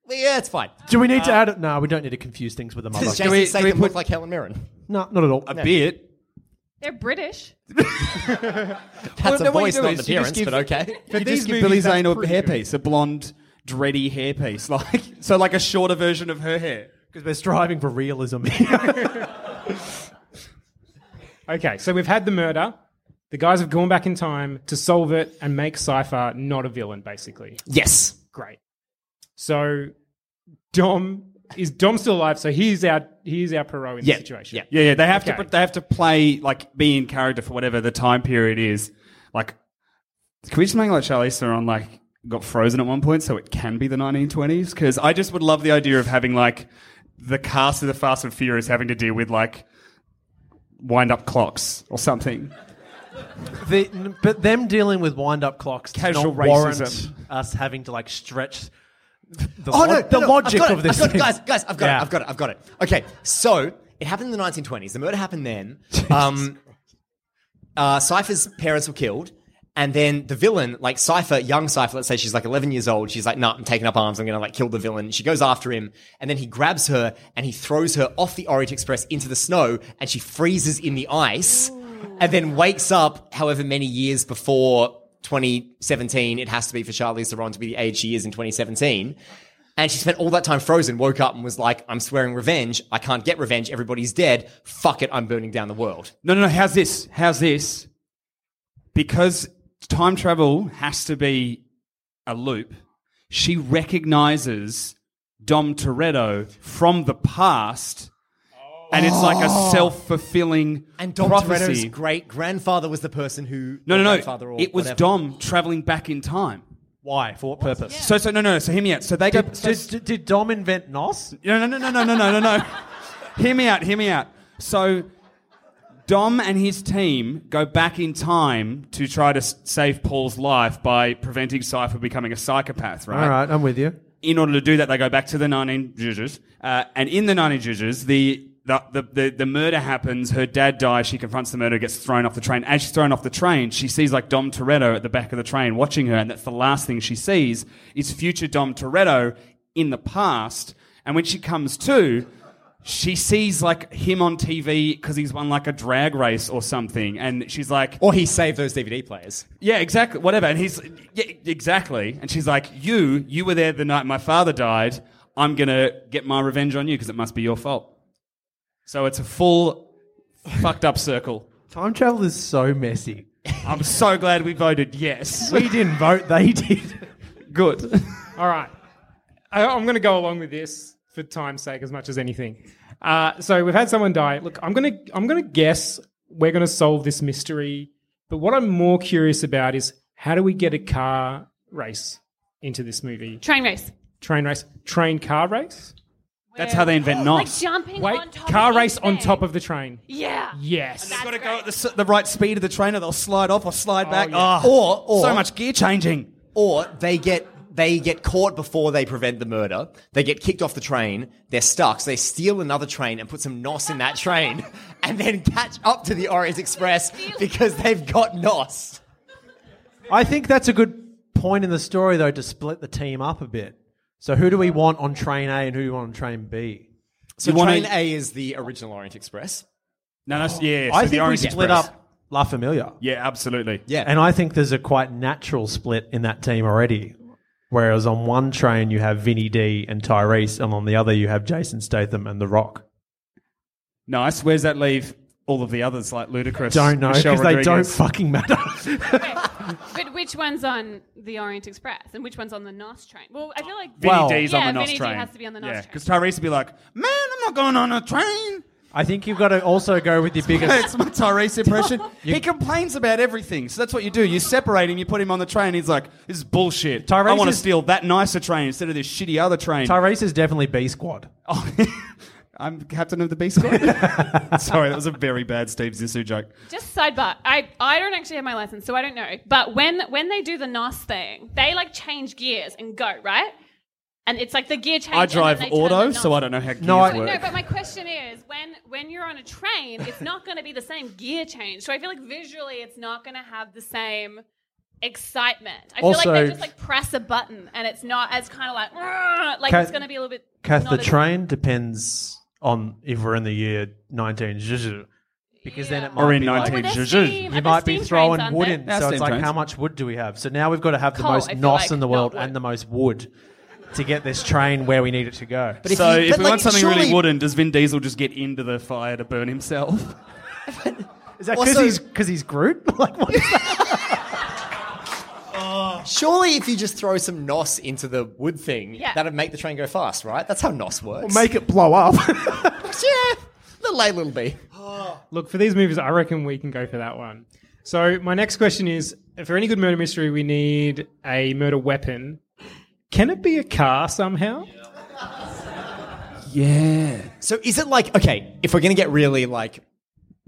yeah, it's fine. Uh,
Do we need to add it? No, we don't need to confuse things with the mother.
Does Jason
we- do
Statham
we
look
put-
like Helen Mirren?
no, not at all.
a bit.
They're British.
That's
no,
a
what you
voice,
do
not
is
an
you
appearance,
just
but okay.
You just give Billy Zane a hairpiece, a blonde, dready hairpiece, like so, like a shorter version of her hair.
Because we're striving for realism here.
Okay, so we've had the murder. The guys have gone back in time to solve it and make Cypher not a villain, basically.
Yes.
Great. So Dom is Dom still alive, so he's our he's our Perot in
Yeah,
the situation.
yeah.
Yeah, yeah. They have to
Okay.
put- they have to play like be in character for whatever the time period is. Like, can we just make like Charlize Theron like got frozen at one point, so it can be the 1920s? Because I just would love the idea of having like the cast of the Fast and Furious having to deal with like wind up clocks or something.
The- but them dealing with wind-up clocks does
Casual
not warrant
racism.
us having to like stretch the,
Oh
lo-
no,
the
no, no,
logic
I've got it,
of this.
I've got it,
thing.
guys, guys, I've got
Yeah.
it, I've got it, I've got it. Okay, so it happened in the 1920s. The murder happened then. Um, uh, Cypher's parents were killed. And then the villain, like Cypher, young Cypher, let's say she's like 11 years old. She's like, nah, I'm taking up arms. I'm going to like kill the villain. She goes after him. And then he grabs her and he throws her off the Orient Express into the snow and she freezes in the ice and then wakes up however many years before 2017. It has to be for Charlize Theron to be the age she is in 2017. And she spent all that time frozen, woke up and was like, I'm swearing revenge. I can't get revenge. Everybody's dead. Fuck it. I'm burning down the world.
No, no, no. How's this? How's this? Because time travel has to be a loop. She recognizes Dom Toretto from the past, and it's like a
Oh.
self-fulfilling
And Dom Toretto's
prophecy.
great grandfather was the person who.
no,
or
no,
grandfather
no.
or
It was
whatever.
Dom traveling back in time.
Why? For what purpose?
So, so no, no, no. So hear me out. So they go.
Did,
so-
did- did- did Dom invent Nos?
No, no, no, no, no, no, no, no, no. hear me out. Hear me out. So, Dom and his team go back in time to try to s- save Paul's life by preventing Cypher becoming a psychopath, right?
All right, I'm with you.
In order to do that, they go back to the 19 Judges. Uh, and in the 19 Judges, the, the, the, the, the murder happens. Her dad dies. She confronts the murderer, gets thrown off the train. As she's thrown off the train, she sees like Dom Toretto at the back of the train watching her. And that's the last thing she sees is future Dom Toretto in the past. And when she comes to, she sees like him on TV because he's won like a drag race or something, and she's like,
Or he saved those DVD players.
yeah, exactly, whatever. And he's, yeah, exactly. And she's like, you, you were there the night my father died. I'm gonna get my revenge on you because it must be your fault. So it's a full fucked up circle.
Time travel is so messy.
I'm so glad we voted yes.
We didn't vote, they did.
Good.
All right. I, I'm going to go along with this for time's sake as much as anything. Uh, so we've had someone die. Look, I'm going to I'm going to guess we're going to solve this mystery. But what I'm more curious about is how do we get a car race into this movie?
Train race.
Train race, train car race.
That's how they invent
Like
knives.
jumping
Wait,
on top
car
of
race on
anything.
top of the train.
Yeah.
Yes.
That's
Got to go
great.
at the, s- the right speed of the train, or they'll slide off or slide back.
yeah.
Oh,
Or or
so much gear changing.
or they get they get caught before they prevent the murder. They get kicked off the train. They're stuck. So they steal another train and put some nos in that train, and then catch up to the Orient Express because they've got nos.
I think that's a good point in the story, though, to split the team up a bit. So, who do we want on train A and who do we want on train B?
So
You wanna-
train A is the original Orient Express.
No, that's yeah. so the
I think we
Orange
split
Express.
up La Familia.
Yeah, absolutely.
Yeah,
And I think there's a quite natural split in that team already. Whereas on one train you have Vinny D and Tyrese, and on the other you have Jason Statham and The Rock.
Nice. Where's that leave all of the others like ludicrous?
Don't know
Michelle
because they don't
Rodriguez?
fucking matter.
But which one's on the Orient Express and which one's on the Nos train? Well, I feel like
Vinny
Well-
D's
Yeah,
on the Nos
Vinny D
train.
has to be on the Nos train.
Oh. because Tyrese would be like, "Man, I'm not going on a train."
I think you've got to also go with your biggest.
That's my Tyrese impression. he complains about everything, so that's what you do. You separate him, you put him on the train. He's like, "This is bullshit.
Tyrese
I want to
is-
steal that nicer train instead of this shitty other train."
Tyrese is definitely B squad.
Oh, I'm captain of the B squad. Sorry, that was a very bad Steve Zissou joke.
Just sidebar. I, I don't actually have my license, so I don't know. But when when they do the NOS thing, they like change gears and go right, and it's like the gear change.
I
and then
drive
they turn
auto,
the
so I
NOS.
don't know how gears
No, I-
work.
No, but my question is, when when you're on a train, it's not going to be the same gear change. So I feel like visually, it's not going to have the same excitement. I feel like
Also-
they just like press a button, and it's not as kind of like "Rrr," like
Kath-
it's going to be a little bit.
Kath,
not
the
as-
train depends on if we're in the year 19. zhuzh, Because then it
Yeah.
might
Or in
be like-
19.
Well, they're
Zhuzh.
steam-
you
they're
might be
steam trains,
throwing
aren't
wood
they?
in.
That's
so
steam
it's like,
trains.
how much wood do we have? So now we've got to have the
Coal, I
most
feel
nos
like,
in the
not
world
wood.
and the most wood to get this train where we need it to go.
But if
so
you-
if
but,
we
like,
want something really
surely-
wooden, does Vin Diesel just get into the fire to burn himself?
Is that
Also-
because he's, Groot? Like, what is that?
Surely, if you just throw some nos into the wood thing,
Yeah.
that'd make the train go fast, right? That's how nos works.
it blow up.
yeah, little A, little B.
Look, for these movies, I reckon we can go for that one. So, my next question is for any good murder mystery, we need a murder weapon. Can it be a car somehow?
Yeah.
So is it like okay? If we're gonna get really like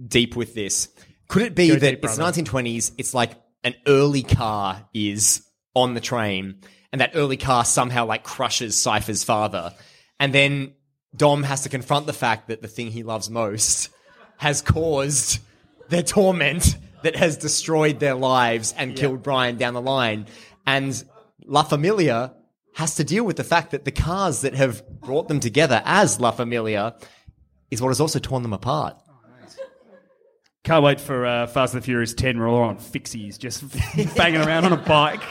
deep with this, could it be
Go
that
deep,
it's
brother.
1920s? It's like an early car is on the train, and that early car somehow like crushes Cypher's father, and then Dom has to confront the fact that the thing he loves most has caused their torment that has destroyed their lives and killed Brian down the line, and La Familia has to deal with the fact that the cars that have brought them together as La Familia is what has also torn them apart.
Can't wait for uh, Fast and the Furious 10. We're all on fixies, just banging around on a bike.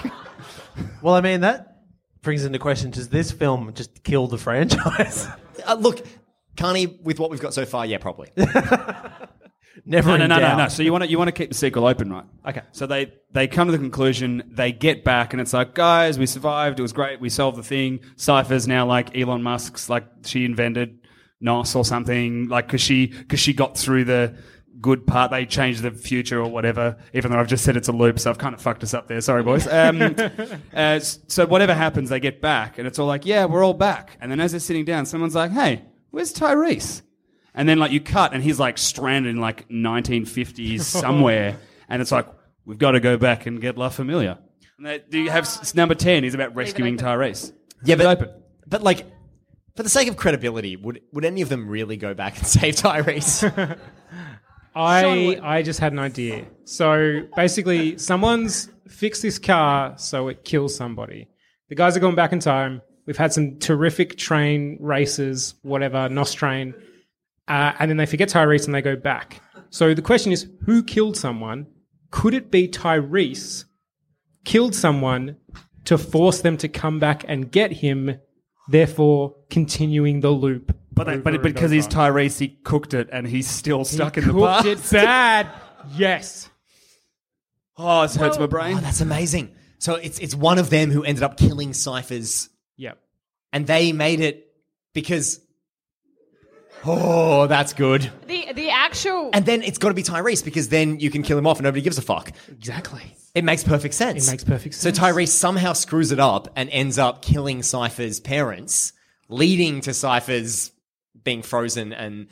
well, I mean, that brings into question does this film just kill the franchise?
Uh, look, Carney, with what we've got so far, yeah, probably.
Never
No, no,
in
no, no,
doubt.
no. So you want to you want to keep the sequel open, right?
Okay.
So they they come to the conclusion. They get back, and it's like, guys, we survived. It was great. We solved the thing. Cypher's now like Elon Musk's, like she invented NOS or something, like because she because she got through the good part. They changed the future or whatever. Even though I've just said it's a loop, so I've kind of fucked us up there. Sorry, boys. Um, uh, so whatever happens, they get back, and it's all like, yeah, we're all back. And then as they're sitting down, someone's like, hey, where's Tyrese? And then like you cut, and he's like stranded in like 1950s somewhere, and it's like we've got to go back and get La Familia. And they, do you have s- number ten? He's about rescuing Tyrese.
yeah, but,
open.
but like, for the sake of credibility, would would any of them really go back and save Tyrese?
Sean
I
would.
I just had an idea. So basically, someone's fixed this car so it kills somebody. The guys are going back in time. We've had some terrific train races, whatever, Nos train. uh, and then they forget Tyrese and they go back. So the question is, who killed someone? Could it be Tyrese killed someone to force them to come back and get him, therefore continuing the loop?
But, they, but because he's Tyrese, he cooked it and he's still stuck in the past.
cooked it bad. Yes.
Oh, this hurts my brain.
Oh, that's amazing. So it's it's one of them who ended up killing Cypher's
Yep.
and they made it because Oh, that's good.
The the actual
And then it's got to be Tyrese because then you can kill him off and nobody gives a fuck.
Exactly.
It makes perfect sense.
It makes perfect sense.
So Tyrese somehow screws it up and ends up killing Cypher's parents, leading to Cypher's being frozen and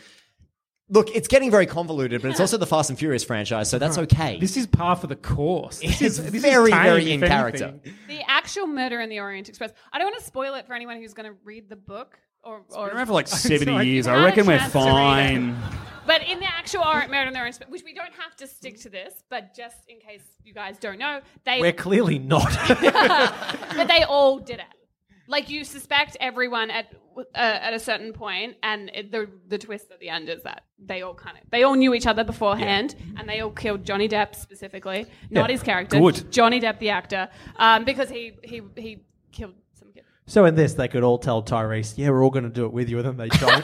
Look, it's getting very convoluted, but it's also the Fast and Furious franchise, so that's okay.
This is par for the course. This
It's
is this is
very,
tame,
very
if
in
anything.
character.
the actual murder in the Orient Express. I don't want to spoil it for anyone who's going to read the book or or
We're around for like 70
sorry.
years.
Not
I
a
reckon we're
chance to read it.
fine.
But in the actual Orient Murder in the Orient Express, which we don't have to stick to this, but just in case you guys don't know, they
We're clearly not.
but they all did it. Like you suspect everyone at uh, at a certain point, and it, the the twist at the end is that they all kind of they all knew each other beforehand, and they all killed Johnny Depp specifically, not his character,
Good.
Johnny Depp the actor, um, because he he he killed some kid.
so in this, they could all tell Tyrese, "Yeah, we're all going to do it with you," and then they don't.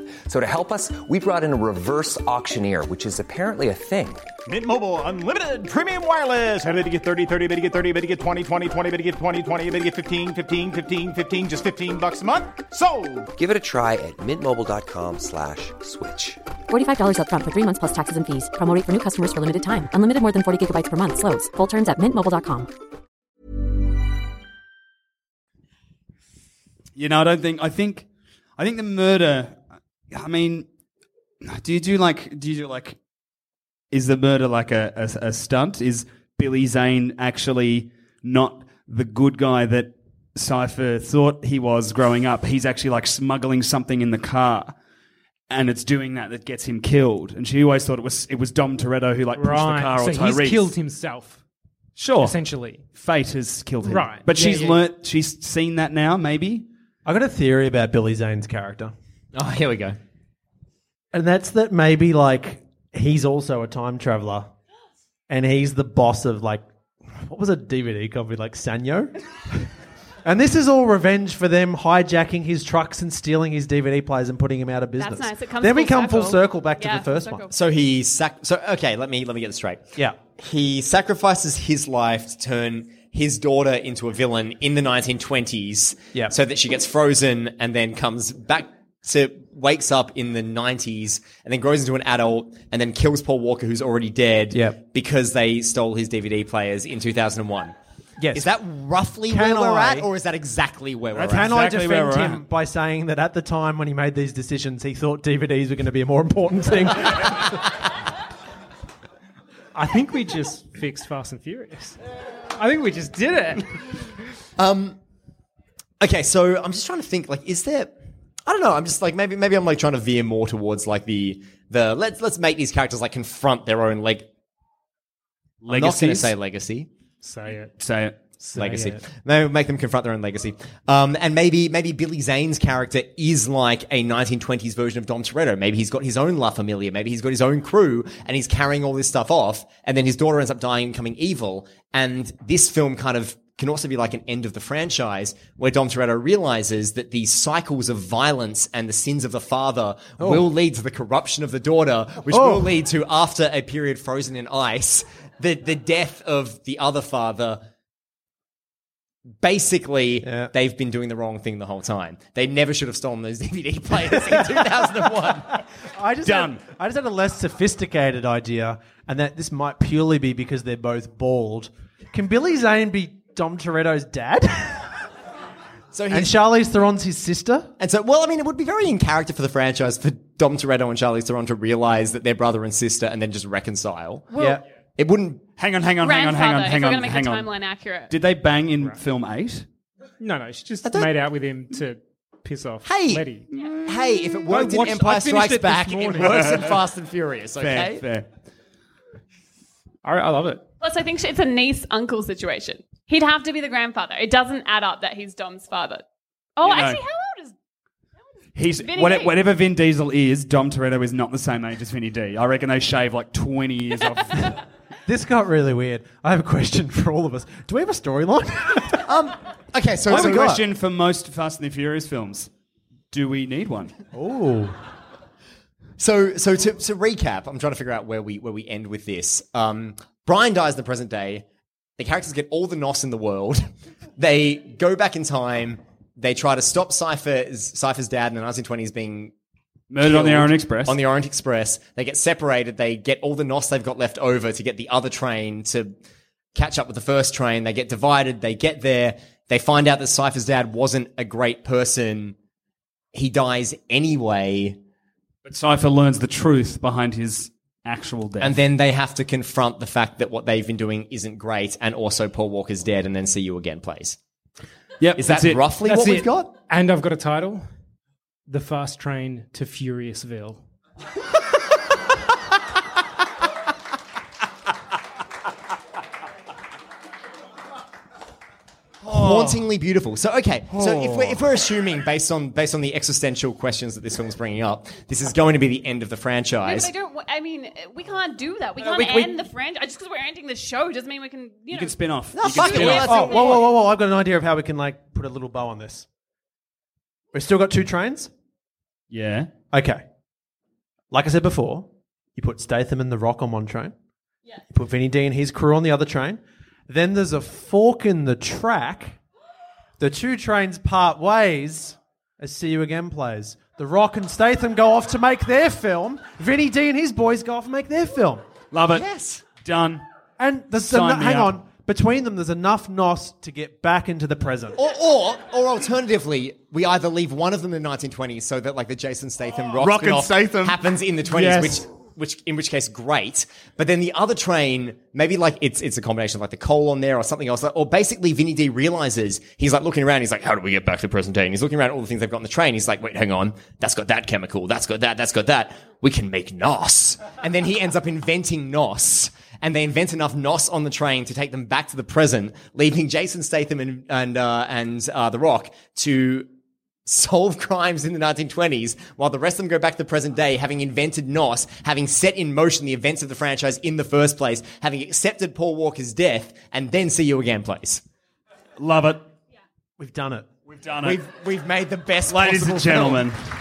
So to help us, we brought in a reverse auctioneer, which is apparently a thing.
Mint Mobile unlimited premium wireless. Ready to get 30, 30, bet you get 30, bet you get 20, 20, 20, bet you get 20, 20, bet you get 15, 15, 15, 15, just 15 bucks a month. So,
Give it a try at mintmobile.com slash switch.
$45 upfront for three months plus taxes and fees. Promo rate for new customers for limited time. Unlimited more than 40 gigabytes per month. Slows. Full terms at mintmobile.com.
You know, I don't think. I think. I think the murder. I mean, do you do like? Do you do like? Is the murder like a, a, a stunt? Is Billy Zane actually not the good guy that Cipher thought he was growing up? He's actually like smuggling something in the car, and it's doing that that gets him killed. And she always thought it was it was Dom Toretto who like pushed the car
Right.
or
So he's
Tyrese.
killed himself,
Sure,
essentially.
fate has killed him.
Right.
but
Yeah,
she's
yeah.
learnt. She's seen that now. Maybe
I got a theory about Billy Zane's character,
Oh, here we go.
and that's that maybe like he's also a time traveler, and he's the boss of like what was a DVD copy like Sanyo. And this is all revenge for them hijacking his trucks and stealing his DVD players and putting him out of business.
That's nice. It comes
then
full
we come
circle.
full circle back
Yeah,
to the
full
first
circle.
one.
So he sac- so okay, let me let me get this straight.
Yeah.
He sacrifices his life to turn his daughter into a villain in the 1920s
Yeah.
so that she gets frozen and then comes back to wakes up in the 90s and then grows into an adult and then kills Paul Walker who's already dead
Yeah.
because they stole his DVD players in 2001.
Yes.
Is that roughly
Can
where we're
I-
at or is that exactly where we're
Can
at?
Exactly
I
where
defend
we're
him
at.
by saying that at the time when he made these decisions, he thought DVDs were going to be a more important thing?
I think we just fixed Fast and Furious. I think we just did it.
Okay, so I'm just trying to think. Like, is there? I don't know. I'm just like maybe maybe I'm like trying to veer more towards like the the let's let's make these characters like confront their own like. I'm not going to
Legacies?
say legacy.
Say it.
say it.
legacy. Maybe make them confront their own legacy. Um, and maybe maybe Billy Zane's character is like a 1920s version of Dom Toretto. Maybe he's got his own La Familia. Maybe he's got his own crew, and he's carrying all this stuff off. And then his daughter ends up dying and becoming evil. And this film kind of can also be like an end of the franchise where Dom Toretto realizes that the cycles of violence and the sins of the father
Oh.
will lead to the corruption of the daughter, which
Oh.
will lead to, after a period frozen in ice, the, the death of the other father. Basically, they've been doing the wrong thing the whole time. They never should have stolen those DVD players in 2001.
I just
Done.
Had, I just had a less sophisticated idea, and that this might purely be because they're both bald. Can Billy Zane be Dom Toretto's dad?
so
and Charlize Theron's his sister.
And so, well, I mean, it would be very in character for the franchise for Dom Toretto and Charlize Theron to realize that they're brother and sister and then just reconcile.
Well- Yeah.
It wouldn't.
Hang on, hang on, hang on,
Grandfather,
hang on,
if
hang
we're
on,
going to make
hang
the
on.
timeline accurate.
Did they bang in film eight?
No, no, she just made out with him to piss off
Hey!
Letty.
Hey, if it worked
I watched-
in Empire
I finished
Strikes
it this
Back, it
morning.
works in Fast and Furious,
Fair,
okay?
fair.
I, I love it.
Plus, I think it's a niece uncle situation. He'd have to be the grandfather. It doesn't add up that he's Dom's father. Oh,
You know.
actually, how old is
He's
Vinny
what,
D.
whatever Vin Diesel is, Dom Toretto is not the same age as Vinny D. I reckon they shave like twenty years off.
This got really weird. I have a question for all of us. Do we have a storyline?
Um, okay, so
I
Oh
have
so
a
we got-
question for most Fast and the Furious films. Do we need one?
Oh.
So, so to, to recap, I'm trying to figure out where we where we end with this. Um, Brian dies in the present day. The characters get all the nos in the world. they go back in time. They try to stop Cypher's, Cypher's dad in the 1920s being
Murdered on the
killed
Orient Express.
On the Orient Express, they get separated. They get all the nos they've got left over to get the other train to catch up with the first train. They get divided. They get there. They find out that Cypher's dad wasn't a great person. He dies anyway.
But Cypher learns the truth behind his actual death.
And then they have to confront the fact that what they've been doing isn't great, and also Paul Walker's dead, and then see you again, please.
yep,
Is that
that's it.
roughly
That's
what
it.
we've got?
And I've got a title The Fast Train to Furiousville.
Oh.
Hauntingly beautiful. So okay, so if we're, if we're assuming based on based on the existential questions that this film's bringing up, this is going to be the end of the
No, but
franchise.
I don't. I mean, we can't do that. We
No,
can't
we- we-
end the franchise just because we're ending the show doesn't mean we can. You,
You
know,
can spin off. You
No,
can
fuck it,
spin
well,
off.
that's-
Oh, whoa, whoa, whoa, whoa. I've got an idea of how we can, like, put a little bow on this. We've still got two trains?
Yeah.
Okay. Like I said before, you put Statham and The Rock on one train. Yeah. You put Vinny D and his crew on the other train. Then there's a fork in the track. The two trains part ways as See You Again plays. The Rock and Statham go off to make their film. Vinny D and his boys go off and make their film.
Love it.
Yes.
Done.
And there's
Sign
eno-
me
hang
up.
on. Between them, there's enough nos to get back into the present.
Or, or, or alternatively, we either leave one of them in the 1920s so that like the Jason Statham rock,
Rock and
spin-off
Statham.
happens in the 20s,
Yes.
which which in which case great. But then the other train, maybe like it's it's a combination of like the coal on there or something else. Or basically, Vinny D realizes he's like looking around. He's like, how do we get back to the present day? And he's looking around at all the things they've got on the train. He's like, wait, hang on, that's got that chemical, that's got that, that's got that. We can make nos. And then he ends up inventing nos. And they invent enough nos on the train to take them back to the present, leaving Jason Statham and and uh, and uh, The Rock to solve crimes in the 1920s while the rest of them go back to the present day having invented nos having set in motion the events of the franchise in the first place having accepted paul walker's death and then see you again please
Love it.
We've done it.
We've done it.
we've, we've made the best
Ladies
possible
and gentlemen.
film.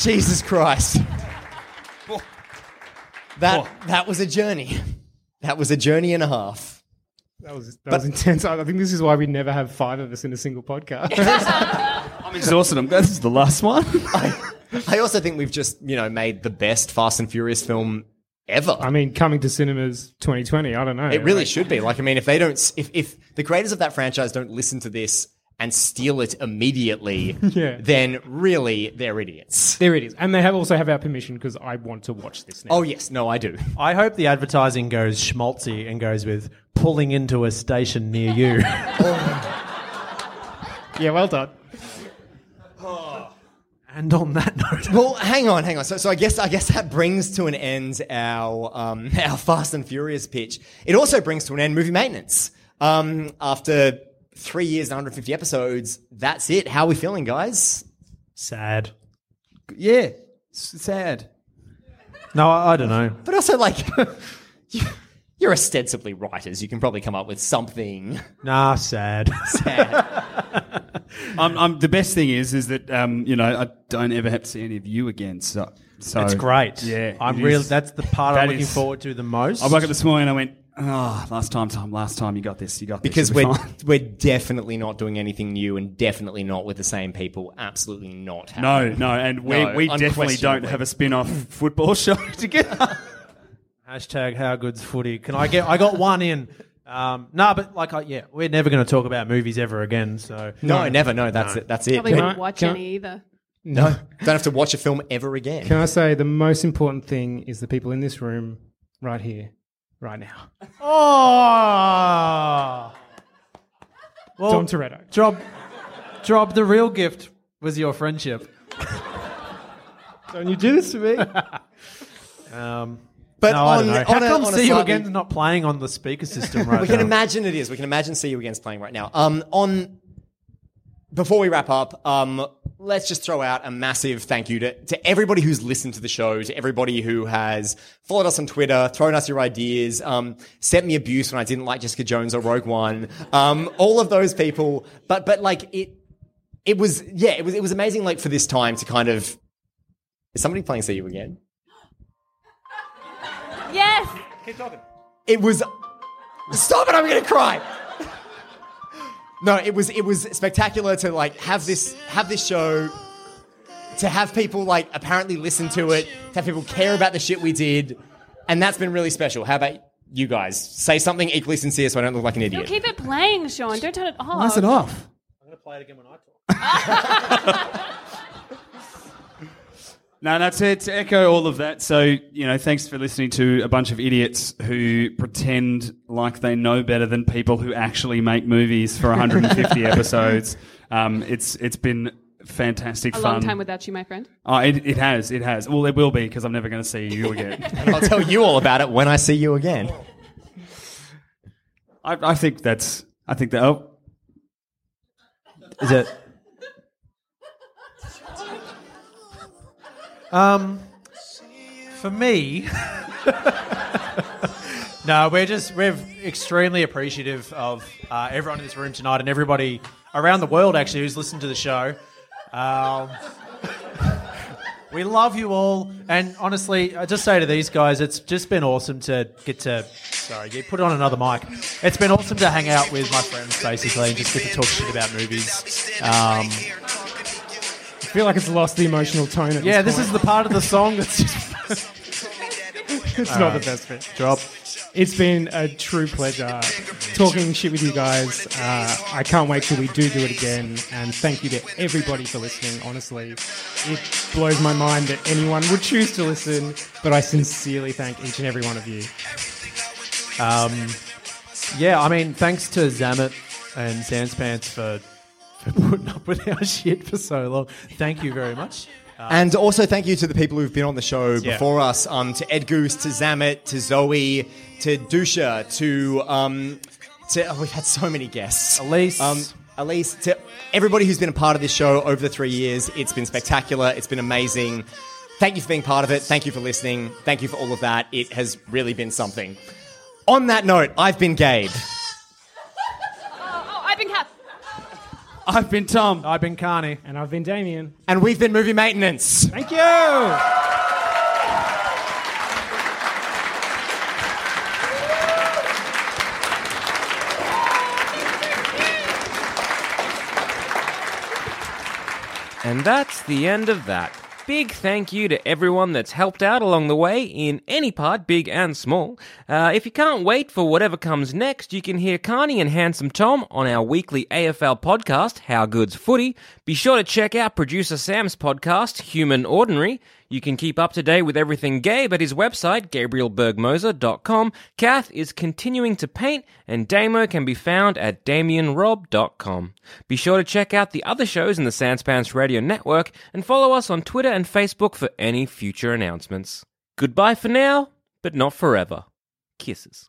jesus christ that,
Oh.
that was a journey that was a journey and a half
That was, that was intense. I I think this is why we never have five of us in a single podcast.
I'm exhausted. I'm glad this is the last one.
i also think we've just you know made the best fast and furious film ever
I mean, coming to cinemas 2020, I don't know.
It really
Like,
should be. Like, I mean, if they don't, s- if, if the creators of that franchise don't listen to this and steal it immediately,
Yeah.
then really they're idiots.
There it is. And they have also have our permission because I want to watch this now.
Oh, yes. No, I do.
I hope the advertising goes schmaltzy and goes with pulling into a station near you.
yeah, well done.
and on that note,
Well, hang on, hang on. So, so I guess I guess that brings to an end our um, our Fast and Furious pitch. It also brings to an end movie maintenance. Um, after three years and 150 episodes, that's it. How are we feeling, guys?
sad.
Yeah,
sad.
No, I, I don't know.
But also, like, you- you're ostensibly writers. You can probably come up with something.
Nah, sad.
I'm, I'm, the best thing is, is that um, you know I don't ever have to see any of you again. So, so
it's great.
Yeah,
I'm
it
real.
is.
That's the part I'm
That
looking
is-
forward to the most.
I woke up this morning and I went, ah, last time, Tom, last time you got this, you got this.
Because
It'll
we're
be fine."
we're definitely not doing anything new, and definitely not with the same people. Absolutely not.
no,
happening.
no, and we
No,
we definitely don't
unquestionably.
have a spin-off football show together.
Hashtag how good's footy. Can I get? I got one in. Um, no, but like, I, yeah, we're never going to talk about movies ever again. So
No, never. No, that's it. That's it.
Probably
Don't
won't watch
Can I-
any either.
No.
have to watch a film ever again.
Can I say the most important thing is the people in this room right here, right now?
Oh. Well,
Dom Toretto.
Job, job. The real gift was your friendship.
Don't you do this to me?
Um,
But
no, I
on,
don't know.
on
How
a-
come
on a
see you
slightly-
again's not playing on the speaker system right
we can
now?
imagine it is. We can imagine See You Again's playing right now. Um, on before we wrap up, um, let's just throw out a massive thank you to, to everybody who's listened to the show, to everybody who has followed us on Twitter, thrown us your ideas, um, sent me abuse when I didn't like Jessica Jones or Rogue One. Um, all of those people, but but like it, it was yeah, it was it was amazing. Like for this time to kind of is somebody playing See You Again?
Yes.
It was. Stop it! I'm gonna cry. No, it was it was spectacular to like have this have this show, to have people like apparently listen to it, to have people care about the shit we did, and that's been really special. How about you guys? Say something equally sincere so I don't look like an
You'll
idiot.
keep it playing, Sean. Don't turn it off.
Pass it off. No, no, to, to echo all of that. So, you know, thanks for listening to a bunch of idiots who pretend like they know better than people who actually make movies for 150 episodes. Um, it's It's been fantastic
A
fun.
long time without you, my friend.
Oh, it, it has. It has. Well, it will be because I'm never going to see you again.
I'll tell you all about it when I see you again.
I, I think that's. I think that. Oh,
Is it? um, for me, no, we're just we're extremely appreciative of uh, everyone in this room tonight and everybody around the world actually who's listened to the show. Um, we love you all, and honestly, I just say to these guys, it's just been awesome to get to. Sorry, you put on another mic. It's been awesome to hang out with my friends, basically, and just get to talk shit about movies. Um,
I feel like it's lost the emotional tone. At
yeah,
this,
this is the part of the song that's just
point. it's not the best bit.
drop.
It's been a true pleasure talking shit with you guys. Uh, I can't wait till we do do it again. And thank you to everybody for listening. Honestly, it blows my mind that anyone would choose to listen. But I sincerely thank each and every one of you.
Um, yeah, I mean, thanks to Zamet and Sanspants for for putting up with our shit for so long. Thank you very much.
And also thank you to the people who've been on the show
Yeah.
before us, um, to Ed Goose, to Zamet, to Zoe, to Dusha, to um, to oh, we've had so many guests.
Elise.
um, Elise, to everybody who's been a part of this show over the three years. It's been spectacular. It's been amazing. Thank you for being part of it. Thank you for listening. Thank you for all of that. It has really been something. On that note, I've been Gabe.
Oh, I've been capped.
I've been Tom.
I've been Carney.
And I've been Damien.
And we've been movie maintenance.
Thank you.
And that's the end of that. Big thank you to everyone that's helped out along the way in any part, big and small. Uh, if you can't wait for whatever comes next, you can hear Carney and Handsome Tom on our weekly AFL podcast, How Good's Footy. Be sure to check out producer Sam's podcast, Human Ordinary. You can keep up to date with everything Gabe at his website, gabrielbergmoser.com. Kath is continuing to paint, and Damo can be found at damianrob.com. Be sure to check out the other shows in the Sanspants Radio Network and follow us on Twitter and Facebook for any future announcements. Goodbye for now, but not forever. Kisses.